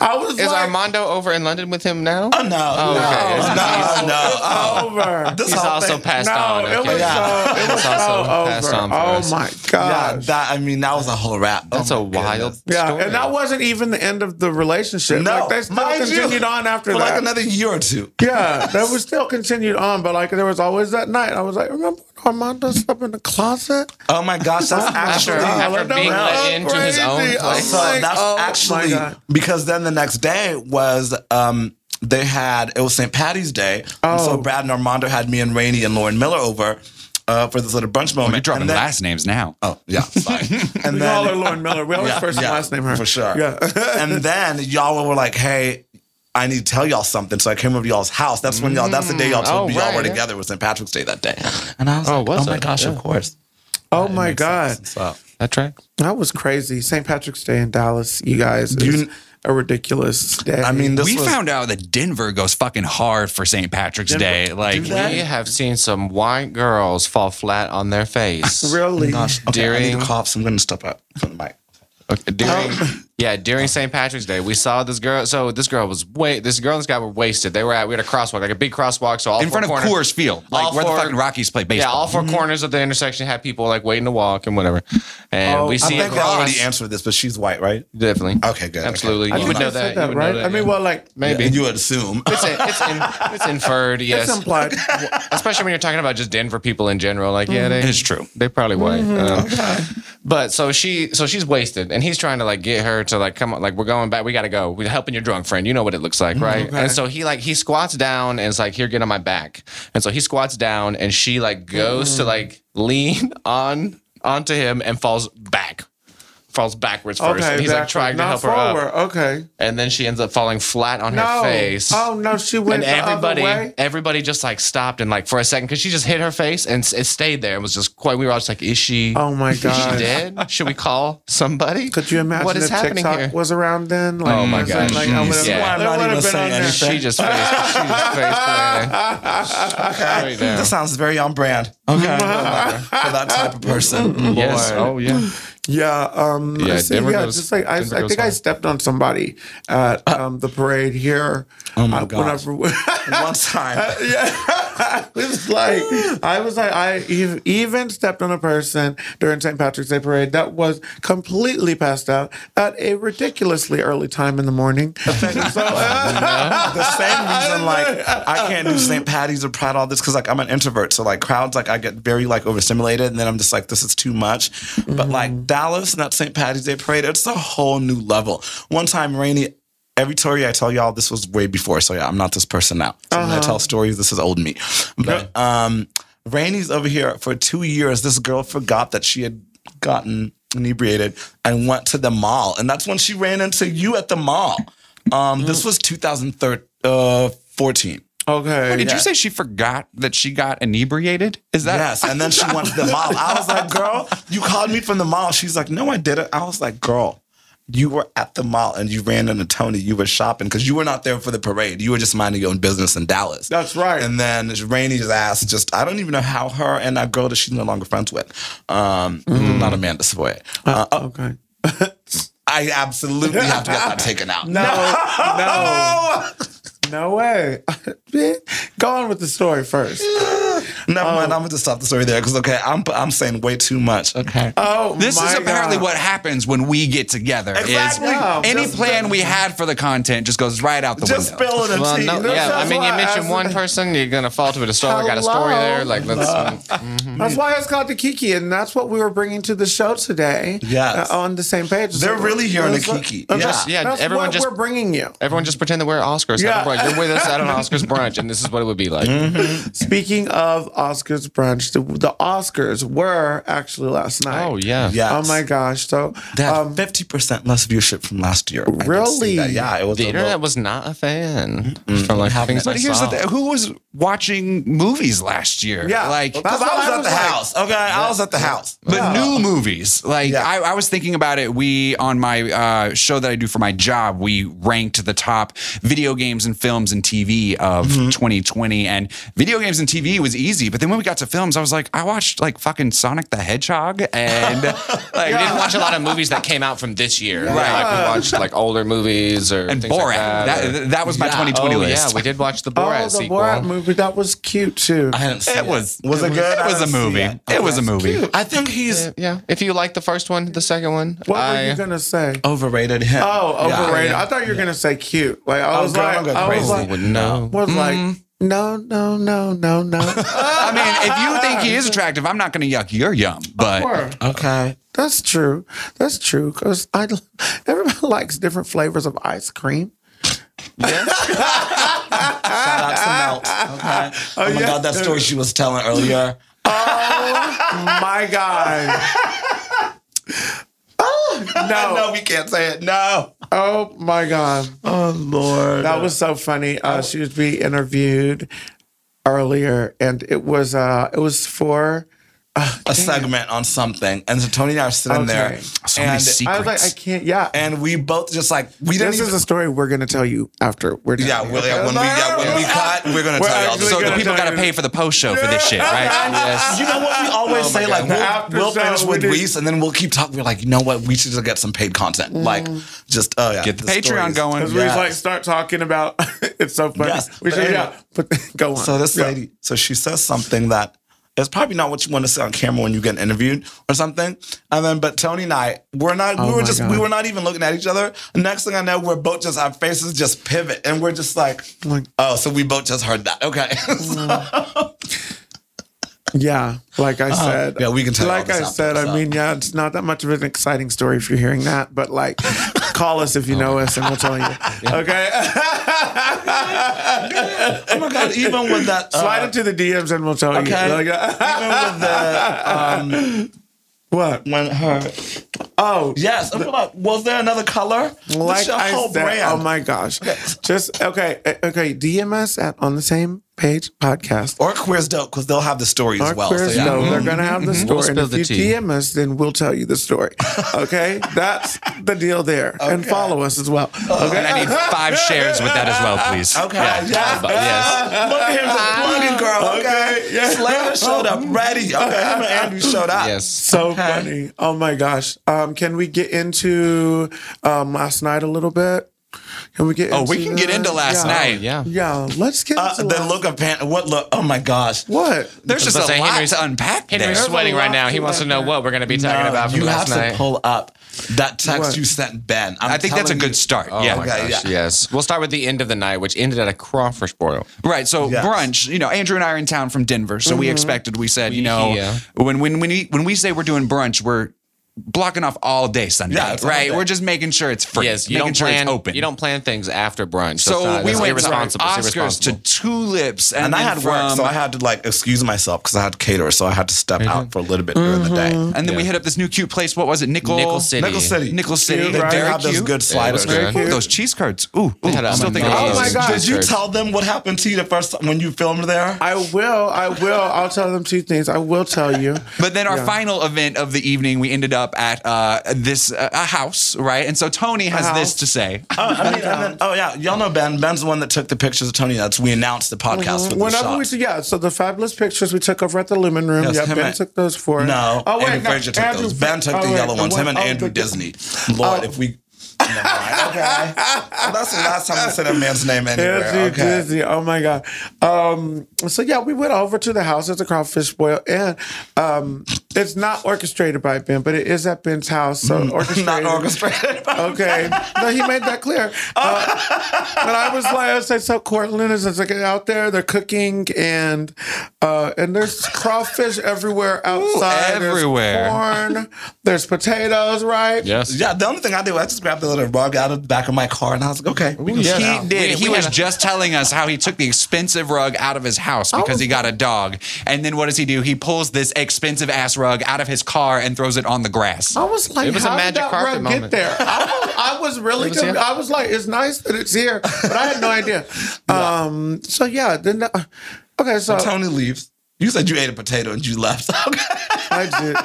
A: I was
D: Is
A: like,
D: Armando over in London with him now?
B: Oh, no. no.
D: okay.
B: No, no. Oh,
A: over.
B: this
D: He's
B: whole
D: also
B: thing-
D: passed
A: no,
D: on.
A: it
D: Okay.
A: was so, it was
D: It's also passed
A: so
D: on
A: over.
D: for
A: Oh
D: us.
A: my
B: Yeah,
A: god.
B: that, I mean, that was a whole rap. Oh
D: That's a wild
A: Yeah,
D: story.
A: and that wasn't even the end of the relationship.
B: No,
A: like, they still
B: mind you,
A: continued on after
B: for
A: that.
B: like another year or two.
A: yeah, that was still continued on, but like there was always that night. I was like, remember when Armando slept in the closet?
B: Oh my gosh, that's
D: After-
B: actually.
D: after
A: Like, that
D: being
A: was
D: let
A: so
D: into his
A: crazy.
D: own
A: I was
D: place.
B: So
A: like,
B: that's
A: oh my
B: actually
A: God.
B: because then the next day was um they had it was St. Patty's Day. And so
A: Oh.
B: Brad and Armando had me and Rainey and Lauren Miller over uh, for this little brunch moment.
C: You're dropping
B: and then,
C: last names now.
B: Oh yeah, sorry. and
A: We call her
B: then
A: Lauren Miller. We always
B: Yeah,
A: first
B: yeah,
A: and last name her
B: for sure.
A: Yeah,
B: and then y'all were like, hey. I need to tell y'all something. So I came over to y'all's house. That's when y'all, that's the day y'all told
D: Oh,
B: me y'all
D: right,
B: were
D: yeah.
B: together. It was St. Patrick's Day that day. And I was
D: Oh,
B: like,
D: was
B: oh my
D: it?
B: gosh, of
D: Yeah.
B: course.
A: oh my god,
B: So,
D: That track.
A: that was crazy. St. Patrick's Day in Dallas, you guys, is
B: You-
A: a ridiculous day.
B: I mean, this
C: we
B: was,
C: found out that Denver goes fucking hard for St. Patrick's Day. Like,
D: We have seen some white girls fall flat on their face.
A: *laughs* really,
B: gosh, okay, I need
D: During-
B: to cough, so I'm going to step up from the mic.
D: Okay, during yeah, during St. Patrick's Day, we saw this girl. So this girl was wait, this girl and this guy were wasted. They were at we had a crosswalk, like a big crosswalk. So all
C: in
D: four
C: front of
D: corners,
C: Coors Field, like
D: all
C: where
D: four-
C: the fucking Rockies play
D: Yeah,
C: baseball.
D: all 4 corners of the intersection had people like waiting to walk and whatever. And we
B: I
D: see
B: think I already
D: across
B: answered this, but she's white, right?
D: definitely.
B: Okay, good.
D: Absolutely,
B: Okay.
D: you would know
A: I said
D: that. you would
A: right?
D: know that.
A: I mean,
D: yeah.
A: well, like
D: maybe
B: And you would assume. *laughs*
D: it's, it's, in, it's inferred. Yes,
A: it's
D: *laughs*
A: implied.
D: especially when you're talking about just Denver people in general. Like, yeah, they,
C: It's true.
D: They probably white.
A: Mm-hmm.
D: Um, But so she, so she's wasted, and he's trying to like get her to like come on, like we're going back. We gotta go. We're helping your drunk friend. You know what it looks
A: Mm-hmm.
D: like, right? And so he like he squats down and is like, here, get on my back. And so he squats down, and she like goes to
A: Mm.
D: like lean *laughs* on onto him and falls back. Falls backwards first.
A: okay,
D: and he's like
A: back-
D: trying to
A: not
D: help her
A: forward.
D: up.
A: Okay,
D: And then she ends up falling flat on
A: no,
D: her face
A: oh no, she went
D: and
A: the other
D: everybody
A: way.
D: everybody just like stopped and like for a second because she just hit her face and s- it stayed there and was just quite we were all just like is she
A: Oh my
D: is she
A: God.
D: dead should we call somebody
A: Could you imagine
D: what is
A: if
D: happening
A: TikTok
D: here
A: was around then? Like,
D: Oh my
A: is it
D: gosh.
A: Like, I would've-
D: Yeah.
A: there
B: I'm not
A: would've
B: even
A: been
B: saying
A: on there.
B: anything.
D: she just face, she just face planted. *laughs* Right
B: That
D: now.
B: sounds very on brand. Okay. *laughs* For that type of person.
D: *laughs* Yes.
B: Lord.
D: Oh yeah.
A: Yeah, um,
D: Yeah,
A: I see,
D: Denver
A: yeah,
D: goes-
A: just like I, I
D: Denver
A: think
D: goes
A: I
D: hard.
A: stepped on somebody at um, the parade here. Oh
B: my
A: uh, *laughs*
B: gosh.
A: Whenever,
B: One time.
A: yeah, *laughs* it was like I was like I ev- even stepped on a person during St. Patrick's Day parade that was completely passed out at a ridiculously early time in the morning.
C: *laughs*
A: so, uh,
B: the same reason, like I can't do St. Patty's or Pride, all this, because like I'm an introvert, so like crowds, like I get very like overstimulated, and then I'm just like, this is too much. But like Dallas, not St. Patty's Day parade, it's a whole new level. One time, Rainy. Every story I tell y'all, this was way before. So yeah, I'm not this person now. So when I tell stories, this is old me. But um, Rainey's over here for two years. This girl forgot that she had gotten inebriated and went to the mall, and that's when she ran into you at the mall. Um,
A: Mm.
B: this was 2013, uh, 14.
A: okay,
C: Did you say she forgot that she got inebriated? Is that
B: Yes, and then she went to the mall. I was like, "Girl, you called me from the mall." She's like, "No, I didn't." I was like, "Girl, you were at the mall and you ran into Tony. You were shopping because you were not there for the parade. You were just minding your own business in Dallas."
A: That's right.
B: And then Rainey's ass just—I don't even know how her and that girl that she's no longer friends with, um,
A: Mm.
B: not Amanda Savoy. Uh, oh,
A: okay.
B: I absolutely have to get that taken out.
A: *laughs* No,
C: *laughs*
A: *laughs* no, no way. Go on with the story first.
B: Never mind. I'm gonna just stop the story there because okay, I'm I'm saying way too much. Okay.
A: Oh,
C: This
A: my
C: is apparently
A: God.
C: what happens when we get together. is
B: Exactly. Yeah.
C: any
B: Just-
C: plan we had for the content just goes right out the
B: Just
C: window.
B: spilling the
D: Well,
B: tea.
D: no,
B: That's-
D: yeah. I
B: that's
D: mean,
B: why
D: you mentioned
B: asked-
D: one person, you're gonna fall to it. A story. I got a story
A: Hello.
D: there. Like, let's.
A: That's
B: Mm.
A: why it's called the Kiki, and that's what we were bringing to the show today.
B: Yes.
A: uh, on the same page.
B: They're really hearing the
A: That's what-
B: Kiki.
A: that's
B: Yeah.
A: what-
D: Yeah,
A: that's
D: everyone
A: what
D: just-
A: we're bringing you.
D: Everyone just pretend that we're at Oscars.
A: Yeah.
D: Yeah. Brunch. You're with us at an Oscars brunch, and this is what it would be like.
A: Speaking of Oscars brunch, the, the Oscars were actually last night.
D: Oh yeah.
B: Yes.
A: Oh my gosh! So
B: That
A: um,
B: fifty percent less viewership from last year. I did see
A: Really?
B: that. Yeah, it was.
D: The
B: a
D: internet
B: real-
D: was not a fan from like things I
C: But here's
D: saw.
C: the thing. Who was watching movies last year?
A: Yeah.
C: Like,
A: Well,
B: Because
A: That's
B: I was
A: what I
B: at
A: was
B: the
A: like-
B: house. Okay, I was at the house.
C: But new movies, like
B: Yeah.
C: I, I was thinking about it. We on my uh, show that I do for my job, we ranked the top video games and films and TV of
D: Mm-hmm.
C: 2020, and video games and TV was easy. But then when we got to films, I was like, I watched like fucking Sonic the Hedgehog,
B: *laughs*
C: and like
D: We didn't watch a lot of movies that came out from this year.
C: Right.
D: Like, we watched like older movies or
C: and
D: things like
C: Borat.
D: that.
C: that,
D: or-
C: that, was my 2020
D: oh,
C: list.
D: Yeah, we did watch the Borat
A: oh, the
D: sequel.
A: Borat movie that was cute too.
B: I didn't see
C: It was
B: Was it good?
C: It
B: I
C: was a
B: didn't see
C: movie.
B: it.
C: It was a movie.
B: I think he's
D: Uh, Yeah. If you like the first one, the second one,
A: what were
D: I
A: you gonna say?
B: overrated him.
A: Oh,
B: Yeah.
A: overrated. I thought you were gonna say cute. Like I
B: Oh,
A: was
B: girl, I'm
A: like,
B: gonna
A: I was
B: crazy
A: like,
B: with- Mm.
D: no.
A: was like, no, no, no, no,
B: *laughs*
A: no.
C: I mean, if you think he is attractive, I'm not going to yuck your yum, but
B: Okay.
A: That's true. That's true. Because I everybody *laughs* likes different flavors of ice cream.
B: Shout out to Melt.
A: *laughs*
B: Okay. Oh, my
A: yeah.
B: God, that story she was telling earlier.
A: My *laughs* God.
B: No,
A: Oh, No.
B: we can't say it. No.
A: Oh my God.
B: Oh, Lord.
A: That was so funny. Uh, she was being interviewed earlier, and it was uh, it was for.
B: a segment on something. And so Tony and I are sitting there.
A: Okay.
C: so many
B: And,
A: I
C: secrets.
A: was like, I can't. Yeah.
B: and we both just like, we didn't
A: This
B: even.
A: is a story we're gonna tell you after we're done.
B: yeah,
A: here.
B: we're, yeah, when we, yeah,
A: *laughs*
B: when we cut, we're going to
A: We're
B: tell y'all the
A: actually
C: so the
A: gonna
B: story.
C: people
A: tell
C: got to
A: you-
C: pay for the post show for
B: *laughs*
C: this shit, right?
B: You know what? We always say, like,
A: The
B: we'll,
A: after
B: we'll
A: show,
B: finish
A: we
B: with
A: do-
B: Reese and then we'll keep talking. We're like, you know what? We should just get some paid content. Like, just, oh, yeah.
C: Get the
B: story
C: Patreon
B: is-
C: going.
A: Because we
B: Yes.
A: like start talking about *laughs* it's so funny.
B: Yes,
A: we
B: but
A: should,
B: anyway.
A: yeah, but *laughs* go on.
B: So this
A: Yeah.
B: lady, so she says something that is probably not what you want to say on camera when you get interviewed or something. And then, but Tony and I, we're not, we were
A: my
B: just,
A: God.
B: we were not even looking at each other. Next thing I know, we're both just, our faces just pivot and we're just like,
A: Like-
B: oh, so we both just heard that. Okay. *laughs*
A: Yeah, like
B: Uh,
A: I said.
B: yeah, we can tell you all
A: Like
B: this
A: I
B: after
A: said,
B: this,
A: I
B: uh,
A: mean, yeah, it's not that much of an exciting story if you're hearing that, but like, call us if you know us, and we'll
B: *laughs*
A: tell you.
B: Uh,
A: Okay, *laughs*
B: oh my God. Even with that, uh,
A: slide into the DMs, and we'll tell
B: okay.
A: you. Like, *laughs*
B: even with the, um,
A: what?
B: when her,
A: Oh,
B: yes. I'm like, was there another color? That's
A: like
B: your
A: I
B: whole
A: said,
B: brand.
A: oh my gosh, just okay, uh, okay. DM us at on the same page podcast.
B: or queer's dope because they'll have the story as
A: Our
B: well.
A: queers
B: so, yeah. *laughs* Mm-hmm.
A: know they're gonna have the story.
D: spill
A: and
D: the
A: if you
D: tea.
A: DM us, then we'll tell you the story. Okay, that's the deal there. And follow us as well.
B: Uh,
A: Okay,
C: And I need five shares with that as well, please.
B: *laughs*
C: Uh,
B: Okay. Yeah.
D: But yes.
B: Look at him, the plugging girl. Okay.
A: *laughs* Okay, yeah.
B: Slater showed up ready. Okay. Him and Andrew showed up.
D: Yes.
A: So funny. Oh my gosh. Um, can we get into um, last night a little bit? Can we get
C: Oh, we can get
A: that?
C: into last
A: Yeah.
C: night.
D: Yeah.
A: Yeah, let's get
B: Uh,
A: into
B: the
A: last-
B: look of pan. What look? Oh my gosh.
A: What?
C: There's just a
D: Let's say
C: lot
D: Henry's-
C: to unpack there.
D: Henry's sweating right now. He
A: to
D: wants to
A: that
D: know
A: there.
D: what we're going to be talking
B: No,
D: about from
B: you
D: last
B: have
D: night.
B: to pull up that text
A: What?
B: you sent Ben. i
C: I think that's a good start. yeah.
D: Oh my
B: Okay,
D: gosh,
B: yeah.
D: yes. We'll start with the end of the night, which ended at a crawfish boil.
C: Right. So
B: Yes.
C: brunch, you know, Andrew and I are in town from Denver. So
D: Mm-hmm.
C: we expected, we said, you know,
D: yeah.
C: when when when we, when we say we're doing brunch, we're blocking off all day Sunday.
B: Yeah, it's all
C: right.
B: day.
C: We're just making sure it's free.
D: Yes, you
C: making
D: don't
C: sure
D: plan.
C: it's open.
D: You don't plan things after brunch.
C: so
D: it's not-
C: we
D: it's
C: went from
D: irresponsible. It's
C: Oscars to
D: irresponsible.
C: tulips and,
B: And I
C: then
B: had
C: from,
B: work, so I had to like excuse myself because I had to cater, so I had to step out for a little bit during the day.
C: and then we
D: Yeah.
C: hit up this new cute place. What was it? Nickel
D: Nickel City.
B: Nickel City,
C: Nickel City.
A: Cute,
B: They
A: right?
B: do
C: Very
B: have those
C: cute.
B: good sliders.
D: It was good.
C: Ooh, those cheese curds. Ooh, ooh
D: had um,
C: I'm still thinking
D: amazing
C: of
A: Oh my
C: these.
A: God.
B: Did you
D: Church.
B: tell them what happened to you the first time when you filmed there?
A: I will. I will. I'll tell them two things. I will tell
B: *laughs*
A: you.
C: But then our final event of the evening, we ended up at uh, this uh, a house, right? And so Tony has
A: house.
C: this to say.
B: Oh, I mean, and then,
A: *laughs*
B: oh yeah, y'all know Ben. Ben's the one that took the pictures of Tony. That's we announced the podcast with the
A: Whenever
B: shot.
A: we see, yeah, so the fabulous pictures we took over at the Lumen Room.
B: Yes,
A: yeah,
B: him
A: Ben
B: and-
A: took those for us.
B: No, Andrew Frazier took
A: Oh, Andrew
B: those. Ben
A: Fra-
B: took
A: oh,
B: the
A: wait, *laughs*
B: yellow ones.
A: what-
B: Him and
A: oh,
B: Andrew
A: the-
B: Disney. Lord,
A: Oh.
B: if we. Never mind. okay. Well, that's the last time I said that man's name anywhere.
A: Angie
B: okay.
A: Disney. Oh my God. Um, so yeah, we went over to the house at the crawfish boil, and um, it's not orchestrated by Ben, but it is at Ben's house. So orchestrated. *laughs*
B: Not orchestrated.
A: Okay. No, he made that clear. Uh, but I was like, I said, so Cortland is is like out there, they're cooking and uh, and there's crawfish everywhere outside.
C: everywhere.
A: There's corn, there's potatoes, right?
D: Yes.
B: Yeah, the only thing I did was I just grabbed the little rug out of the back of my car and I was like, okay. we can
D: yeah.
B: see.
D: Now,
C: He did. he
D: we- we
C: was
D: had a-
C: just telling us how he took the expensive rug out of his house because he got a dog. And then what does he do? He pulls this expensive ass rug out of his car and throws it on the grass.
A: I was like,
D: It was a
A: how
D: magic
A: did that
D: carpet
A: rug get
D: moment.
A: there? I was, I was really,
D: It was
A: good.
D: here.
A: I was like, it's nice that it's here, but I had no
D: *laughs*
A: idea. Um, so yeah, then uh, okay, so
B: Tony leaves. You said you ate a potato and you left. *laughs*
A: I
B: Okay.
A: did.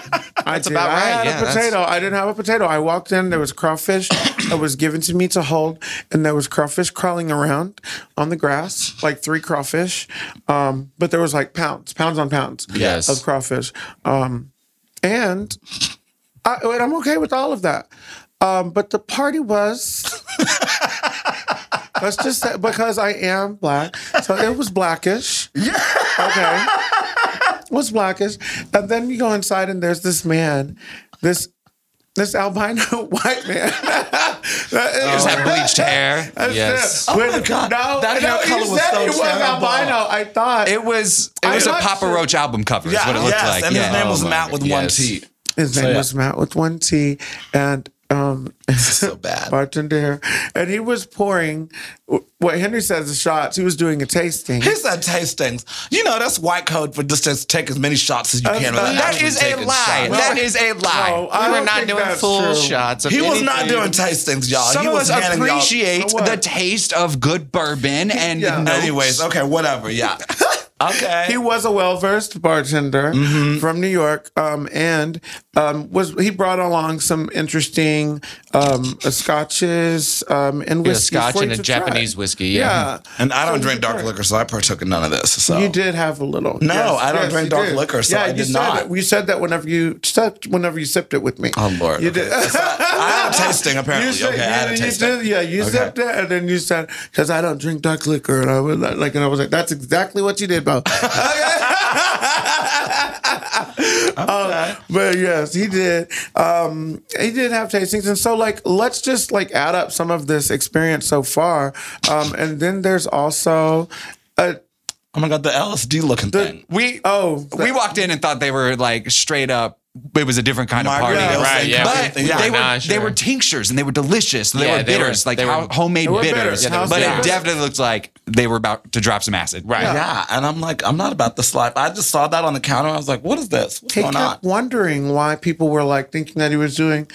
A: I did.
D: about
A: I
D: right.
A: had
D: Yeah,
A: a
D: that's-
A: potato. I didn't have a potato. I walked in. There was crawfish that was given to me to hold, and there was crawfish crawling around on the grass, like three crawfish. Um, but there was like pounds, pounds on pounds
D: Yes.
A: of crawfish. Um, and I, and I'm okay with all of that. Um, but the party was. Let's just say because I am black, so it was blackish. Yeah. Okay was blackish. And then you go inside and there's this man, this this albino *laughs* white man.
C: He just had bleached hair.
D: Yes.
A: Oh
B: my God.
A: No,
B: That
A: no,
B: hair
A: you
B: color was
A: said
B: so
A: he was
B: terrible.
A: albino. I thought
C: It was it was
A: I
C: a
A: watched
C: Papa
A: it.
C: Roach album cover. is what it looked
B: yes,
C: like.
B: and
C: yeah.
B: his name was
D: Oh my
B: Matt with
D: God,
B: one
D: yes.
C: *laughs*
B: T.
A: his name
B: yeah.
A: was Matt with one T and um
B: So bad.
A: bartender here. And he was pouring what Henry says is shots. He was doing a tasting.
B: He said tastings. You know, that's white code for just to take as many shots as you can.
A: not-
B: without
C: that
B: actually
C: is a
B: taking
C: lie.
B: shots.
C: that is a lie.
A: No, I
D: we were
A: don't
D: not
A: think
D: doing
A: that's
D: full
A: true.
D: shots. Of
B: He was not
D: anything.
B: doing tastings, y'all.
C: Some
B: he
C: of
B: was
C: us
B: handing y'all-
C: appreciate
A: What?
C: the taste of good bourbon and
A: Yeah.
C: notes.
B: Anyways, okay, whatever. Yeah. okay.
A: He was a well versed bartender
B: Mm-hmm.
A: from New York, um, and um, was he brought along some interesting um, uh, scotches um, and
D: Yeah,
A: whiskey.
D: scotch and a Japanese whiskey. Yeah.
A: Yeah.
B: and I don't
A: So
B: drink
A: you
B: dark
A: did.
B: liquor, so I partook in none of this. So
A: You did have a little.
B: No, I don't drink
A: you
B: dark liquor, so I
A: you
B: did
A: said
B: not.
A: That. You said that whenever you sipped, whenever you sipped it with me.
B: Oh Lord.
A: you
B: okay.
A: did.
B: That's not- I had a tasting apparently.
A: You said,
B: okay, I had
A: you,
B: a
A: you
B: tasting.
A: did, yeah, you sipped it, and then you said, "Because I don't drink dark liquor," and I was like, like, and I was like, "That's exactly what you did, Bo."
B: *laughs*
A: *laughs* Um, But yes, he did. Um, he did have tastings, and so like let's just like add up some of this experience so far, um, and then there's also uh, a
B: Oh my god, the LSD looking thing.
C: We
A: oh
C: we walked in and thought they were like straight up. It was a different kind of
B: Margarita,
C: party,
B: yeah,
D: right, yeah.
C: But
B: Yeah,
C: they were
D: nah,
C: they
D: sure.
C: were tinctures and they were delicious. And they
D: Yeah,
C: were
D: they were-
C: bitters, like
D: they were-
C: how- homemade
A: were bitters.
C: bitters.
A: Yeah, they were
C: but
A: bitters.
C: it definitely looked like they were about to drop some acid.
D: Right.
B: Yeah. and I'm like, I'm not about this life. I just saw that on the counter. I was like, what is this? What's
A: he
B: going on?
A: kept wondering why people were like thinking that he was doing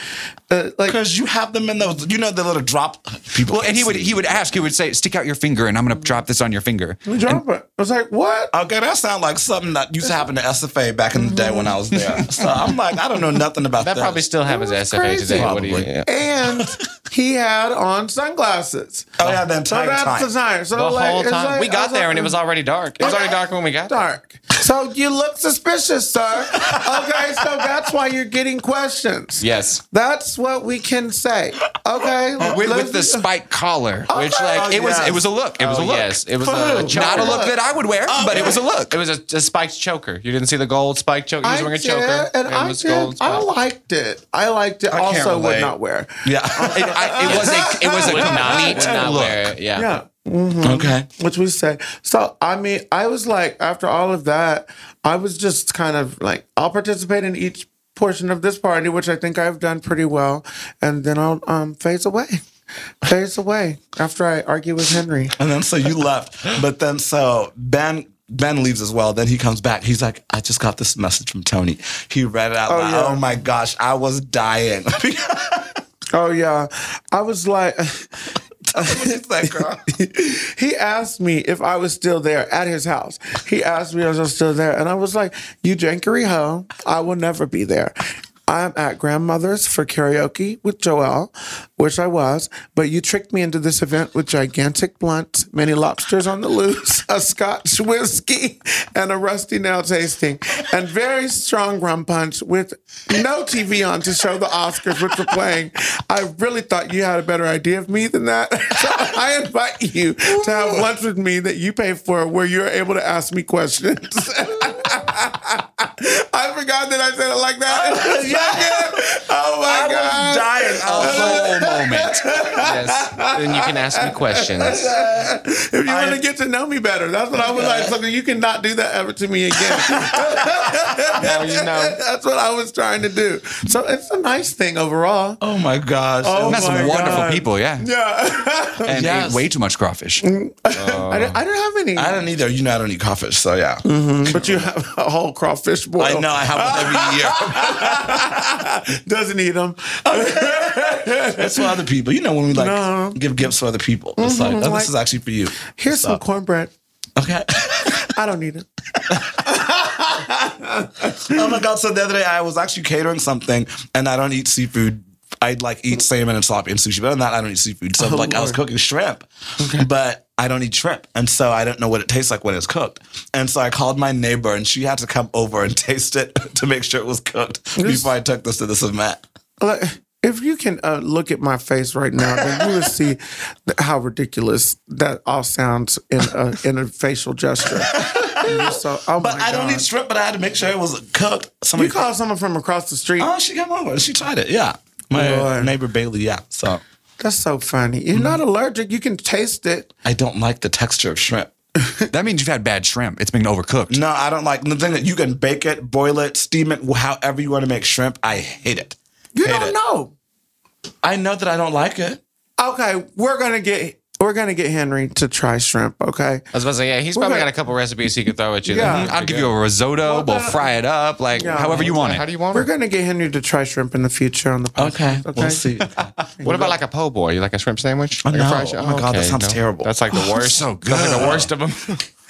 A: uh, like
B: Because you have them in those, you know, the little drop. People.
C: Well,
B: can't
C: and he would
B: see.
C: he would ask, he would say, "Stick out your finger, and I'm going to drop this on your finger."
A: drop it. I was like, what?
B: Okay, that sounds like something that used to happen to SFA back in the day when I was there. So I'm like, I don't know nothing about
D: That
B: that.
D: probably still happens at SFA
A: crazy.
D: today. What do you?
B: Probably.
D: Yeah.
A: And he had on sunglasses.
B: Oh yeah, the entire
A: so that's
B: time.
A: the time. So
D: The
A: like,
D: whole
A: it's
D: time
A: like-
D: we
A: I
D: got there and it
A: like,
D: was already dark. It was already dark when we got there.
A: dark. So you look suspicious, sir. Okay, so that's why you're getting questions.
D: Yes.
A: That's what we can say. Okay.
C: With,
A: let's-
C: with the spike collar, which like
B: oh,
C: it was
B: yes.
C: it was a look. It was
D: Oh,
C: a look.
D: Yes, it was
A: For
D: a,
A: who?
D: a
C: Not
D: choker.
C: a look that I would wear, but it was a look.
D: It was a, a spiked choker. You didn't see the gold spiked choker. He was
A: I
D: wearing a
A: did,
D: choker.
A: and I
D: was
A: did. I
D: spiked.
A: liked it. I liked it.
B: can't
A: also, would
B: relate.
A: not wear.
B: Yeah.
C: *laughs* It, I, it was a it was a
D: Would not,
C: complete
D: would not
C: look.
D: wear it. Yeah.
A: Yeah.
B: okay.
A: Which we say. So I mean, I was like, after all of that, I was just kind of like, I'll participate in each portion of this party, which I think I've done pretty well, and then I'll um, phase away, *laughs* phase away after I argue with Henry.
B: And then so you left, but then so Ben Ben leaves as well. Then he comes back. He's like, I just got this message from Tony. He read it out loud.
A: yeah.
B: Oh my gosh, I was dying. *laughs*
A: Oh yeah, I was like, *laughs*
B: He's like, girl.
A: he asked me if I was still there at his house. He asked me if I was still there, and I was like, "You jankery hoe, I will never be there." I'm at grandmother's for karaoke with Joelle, which I was, but you tricked me into this event with gigantic blunts, many lobsters on the loose, a scotch whiskey, and a rusty nail tasting, and very strong rum punch with no TV on to show the Oscars which were playing. I really thought you had a better idea of me than that. *laughs* so I invite you to have lunch with me that you pay for where you're able to ask me questions. *laughs* I forgot that I said it like
B: *laughs*
A: that. It was so good. Oh my
B: I
A: god.
B: was dying.
C: A
D: *laughs*
C: whole moment.
D: yes. Then you can ask me questions.
A: If you want to get to know me better, that's what I was like. Something you cannot do that ever to me again.
D: Now you
A: *laughs*
D: know.
A: that's what I was trying to do. So it's a nice thing overall.
B: Oh my gosh.
A: Oh
C: Met
A: my
C: some wonderful
A: God.
C: people,
D: *laughs*
C: yeah.
A: Yeah.
C: And
D: Yes.
C: ate way too much crawfish.
A: *laughs* I, don't, I don't have any.
B: Oh. I don't either. You know, I don't eat crawfish, so yeah.
A: but you have a whole crawfish boil.
B: I know I have one every year.
A: Doesn't eat them.
B: That's for other people. You know, when we like
A: No.
B: give gifts for other people,
A: Mm-hmm.
B: it's like, oh, this is actually for you.
A: Here's some cornbread.
B: Okay. *laughs*
A: I don't need it.
B: oh my god! So the other day, I was actually catering something, and I don't eat seafood. I'd like eat salmon and slop and sushi, but other than that, I don't eat seafood.
A: Oh,
B: So like I was cooking shrimp, but I don't eat shrimp, and so I don't know what it tastes like when it's cooked. And so I called my neighbor, and she had to come over and *laughs* taste it to make sure it was cooked before I took this to this event.
A: Look, if you can uh, look at my face right now, then you will see th- how ridiculous that all sounds in a, in a facial
B: *laughs*
A: gesture. You're so, oh
B: But
A: my
B: I don't
A: God.
B: eat shrimp, but I had to make sure it was cooked.
A: You
B: Somebody
A: call someone from across the street.
B: Oh, she came over. She tried it. Yeah, my
A: Lord.
B: neighbor Bailey. Yeah, so
A: That's so funny.
D: Mm-hmm.
A: You're not allergic. You can taste it.
B: I don't like the texture of shrimp.
C: that means you've had bad shrimp. It's been overcooked.
B: No, I don't like the thing that you can bake it, boil it, steam it, however you want to make shrimp. I hate it.
A: You
B: Hate
A: don't
B: it.
A: know.
B: I know that I don't like it.
A: Okay, we're gonna get we're gonna get Henry to try shrimp. Okay,
D: I was about to say, yeah, he's probably
A: gonna-
D: got a couple recipes he could throw at you.
A: Yeah.
D: that-
C: I'll give you a risotto. we'll
A: that-
C: fry it up, like however you want it.
D: How do you want
A: we're
D: it?
A: gonna get Henry to try shrimp in the future on the
D: Oh,
A: podcast.
B: we'll
D: *laughs*
B: see.
D: What about like a po' boy? You like a shrimp sandwich? Like a
B: no.
D: fried shi-
B: Oh my God, that sounds terrible.
D: That's like the worst.
C: so
D: That's like
C: good.
D: the worst of them.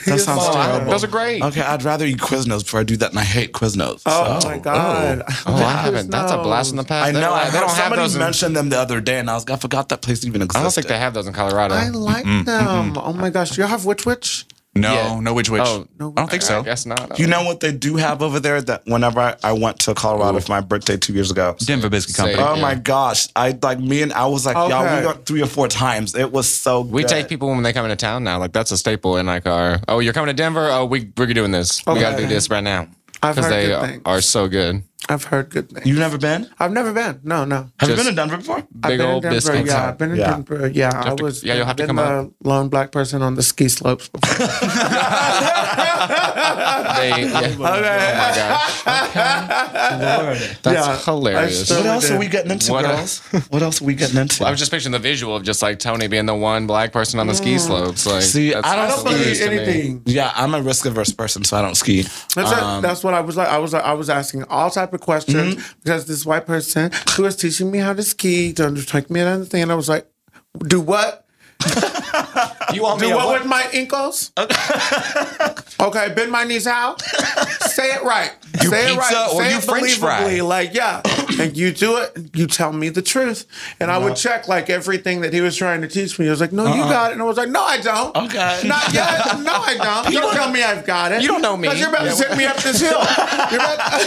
B: that sounds
D: Oh, I-
B: terrible.
D: Those are great.
B: Okay, I'd rather eat Quiznos before I do that, and I hate Quiznos.
A: Oh,
B: so.
A: my god!
D: Oh, I haven't. That's a blast in the past.
B: I
D: They
B: know.
D: don't-
B: I
D: they
B: heard
D: don't have
B: somebody
D: those in-
B: mentioned them the other day, and I was I forgot that place even existed.
D: I don't think they have those in
A: *laughs*
D: Colorado.
A: I like
D: Mm-hmm.
A: them. Oh my gosh, do y'all have witch witch?
C: No,
D: Yeah.
C: no witch witch.
D: Oh, no
C: I don't think so.
D: I guess not.
B: You know what they do have over there? That whenever I, I went to Colorado for my birthday two years ago,
C: Denver Biscuit
D: Say-
C: Company.
B: Oh my gosh! I like me and I was like, y'all,
A: Okay.
B: we got three or four times. It was so.
D: We
B: good.
D: take people when they come into town now. Like that's a staple in like our. Oh, you're coming to Denver. Oh, we we're doing this. We got to
A: Okay.
D: do this right now
A: I've
D: because
A: heard
D: they
A: good things.
D: are so good.
A: I've heard good things.
B: You've never been?
A: I've never been. No, no.
B: Have you
D: Just-
B: been to Denver before?
A: I've
D: Big
A: been
D: old
A: in Denver.
D: biscuits.
A: Yeah, I've been in
B: Yeah.
A: Denver. Yeah, I
D: to-
A: was.
D: yeah, you'll have to
A: been
D: come
A: the
D: out.
A: lone black person on the ski slopes. Before.
D: They, yeah. Oh my gosh. That's
A: Yeah. I
D: hilarious.
A: still-
B: What
A: we
B: else
A: did.
B: are we getting into,
D: What
B: girls? what else *laughs* are we getting into?
D: I was just picturing the visual of just like Tony being the one black person on the ski slopes. Like,
B: See,
D: that's
B: I don't
D: hilarious
B: believe
D: to me.
B: yeah, I'm a risk averse person, so I don't ski.
A: That's, it. That's what I was like. I was like, I was asking all type of questions because this white person who was teaching me how to ski to take me another thing, and I was like, do what?
B: You want
A: Do what with my ankles? okay, bend my knees out. Say it right. Say it
C: pizza
A: right.
C: or
A: Say
C: you
A: it
C: french fry.
A: believably. Like, yeah. And you do it, you tell me the truth. And I would check like everything that he was trying to teach me. I was like, no, you got it. And I was like, no, I don't.
B: Okay.
A: Not yet. No, I don't. You don't tell me I've got it.
D: You don't know me.
A: Because you're about to
D: Yeah.
A: send me up this hill. You're, about,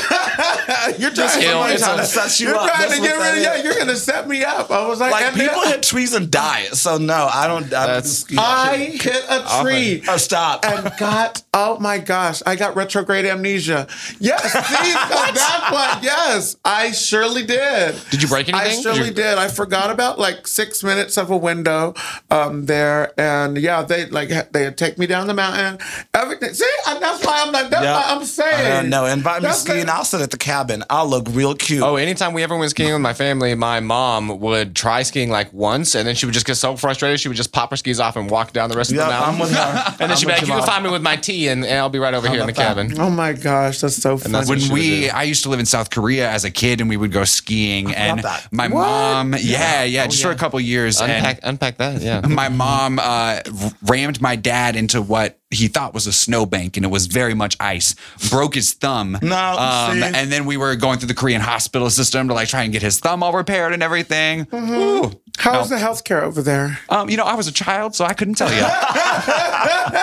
A: *laughs* you're just
D: hill.
A: trying
D: It's
B: gonna
A: to
B: set you
A: You're
B: up.
A: trying
B: That's
A: to
B: what
A: get
B: that
A: rid of.
B: is.
A: Yeah, you're gonna set me up. I was like,
D: *laughs*
B: Like
A: and then-
B: people hit trees and die, so no, I don't. I, don't ski.
A: I hit a tree.
B: oh, stop.
A: and got oh my gosh, I got retrograde amnesia. Yes, see, so that's what. Yes, I surely did.
D: Did you break anything?
A: I surely
D: You-
A: did. I forgot about like six minutes of a window um, there, and yeah, they like ha- they take me down the mountain. Everything. See, and that's why I'm like that's
B: Yeah.
A: why I'm saying.
B: I don't know. Invite me
A: That's
B: skiing.
A: like-
B: I'll sit at the cabin. I'll look real cute.
D: Oh, anytime we ever went skiing with my family, my mom would try skiing like once, and then she would just get so frustrated, she would just pop her skis off and walk down the rest
B: yeah,
D: of the mountain.
B: I'm with her.
D: *laughs* and then
B: I'm
D: she'd be like,
B: with
D: "You can
B: Jamal.
D: find me with my tea, and, and I'll be right over here in the
B: about that?
D: cabin."
A: Oh my gosh, that's so funny.
D: that's
C: when
D: what she would
C: we
D: do.
C: I used to live in South Korea as a kid and we would go skiing and
B: that.
C: my
A: What?
C: mom yeah yeah just for a couple years and
B: *laughs*
D: Unpack, unpack that. Yeah.
C: my mom uh, rammed my dad into what he thought was a snowbank and it was very much ice. Broke his thumb. um,
B: No, see.
C: and then we were going through the Korean hospital system to like try and get his thumb all repaired and everything. Ooh.
A: How's the healthcare over there?
C: Um, you know, I was a child, so I couldn't tell you.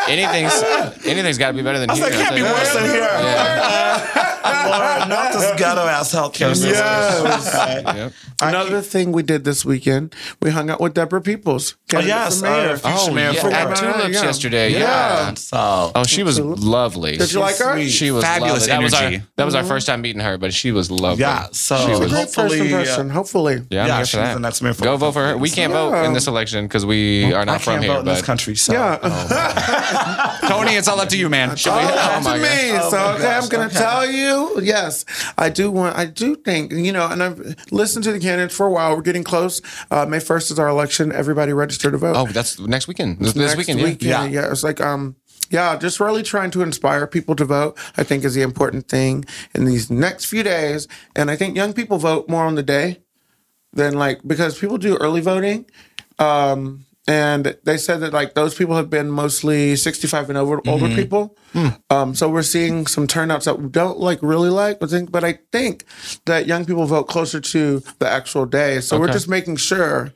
D: Anything's anything's got to be better than
B: I was
D: here.
B: like,
D: I'll
B: can't
D: tell
B: be
D: you that.
B: worse than here. *laughs* Lord, not this ghetto ass healthcare system.
A: Yes.
D: Yep.
A: Another thing we did this weekend, we hung out with Deborah Peoples.
B: Oh,
A: candidate
B: yes,
A: for mayor.
B: uh, future mayor
D: Oh, yeah,
B: for
D: at
B: Atlanta.
D: Tulips
A: yeah.
D: yesterday. Yeah.
B: So
D: Oh, she was lovely.
A: Did you like her?
B: Sweet.
D: She was
C: Fabulous
D: lovely. That was
C: energy.
D: our that was our first time meeting her, but she was lovely.
B: yeah, so
D: She
A: She's a
D: was-
A: great first
B: hopefully, uh,
A: impression, hopefully.
D: yeah, I'm
B: Yeah,
D: here
B: she
D: for
B: was
D: that.
B: the next mayor for-
D: Go vote for her. We can't vote in this election because we are not
B: I
D: from
B: can't
D: here.
B: vote in this
D: but-
B: country. So.
A: Yeah.
C: Tony, it's all up to you, man.
A: Oh,
C: *laughs*
D: Oh,
A: to
D: my
A: me.
B: gosh.
A: so
B: Oh, my
A: okay,
B: gosh.
A: I'm going to tell you. Yes, I do want. I do think you know, and I've listened to the candidates for a while. We're getting close. Uh, May first is our election. Everybody register to vote.
D: Oh, that's next weekend. This,
A: Next
D: this weekend, yeah.
A: yeah. It's like um. Yeah, just really trying to inspire people to vote, I think, is the important thing in these next few days. And I think young people vote more on the day than like because people do early voting. Um, and they said that like those people have been mostly 65 and over older people. Um, so we're seeing some turnouts that we don't like really like, but think but I think that young people vote closer to the actual day. So we're just making sure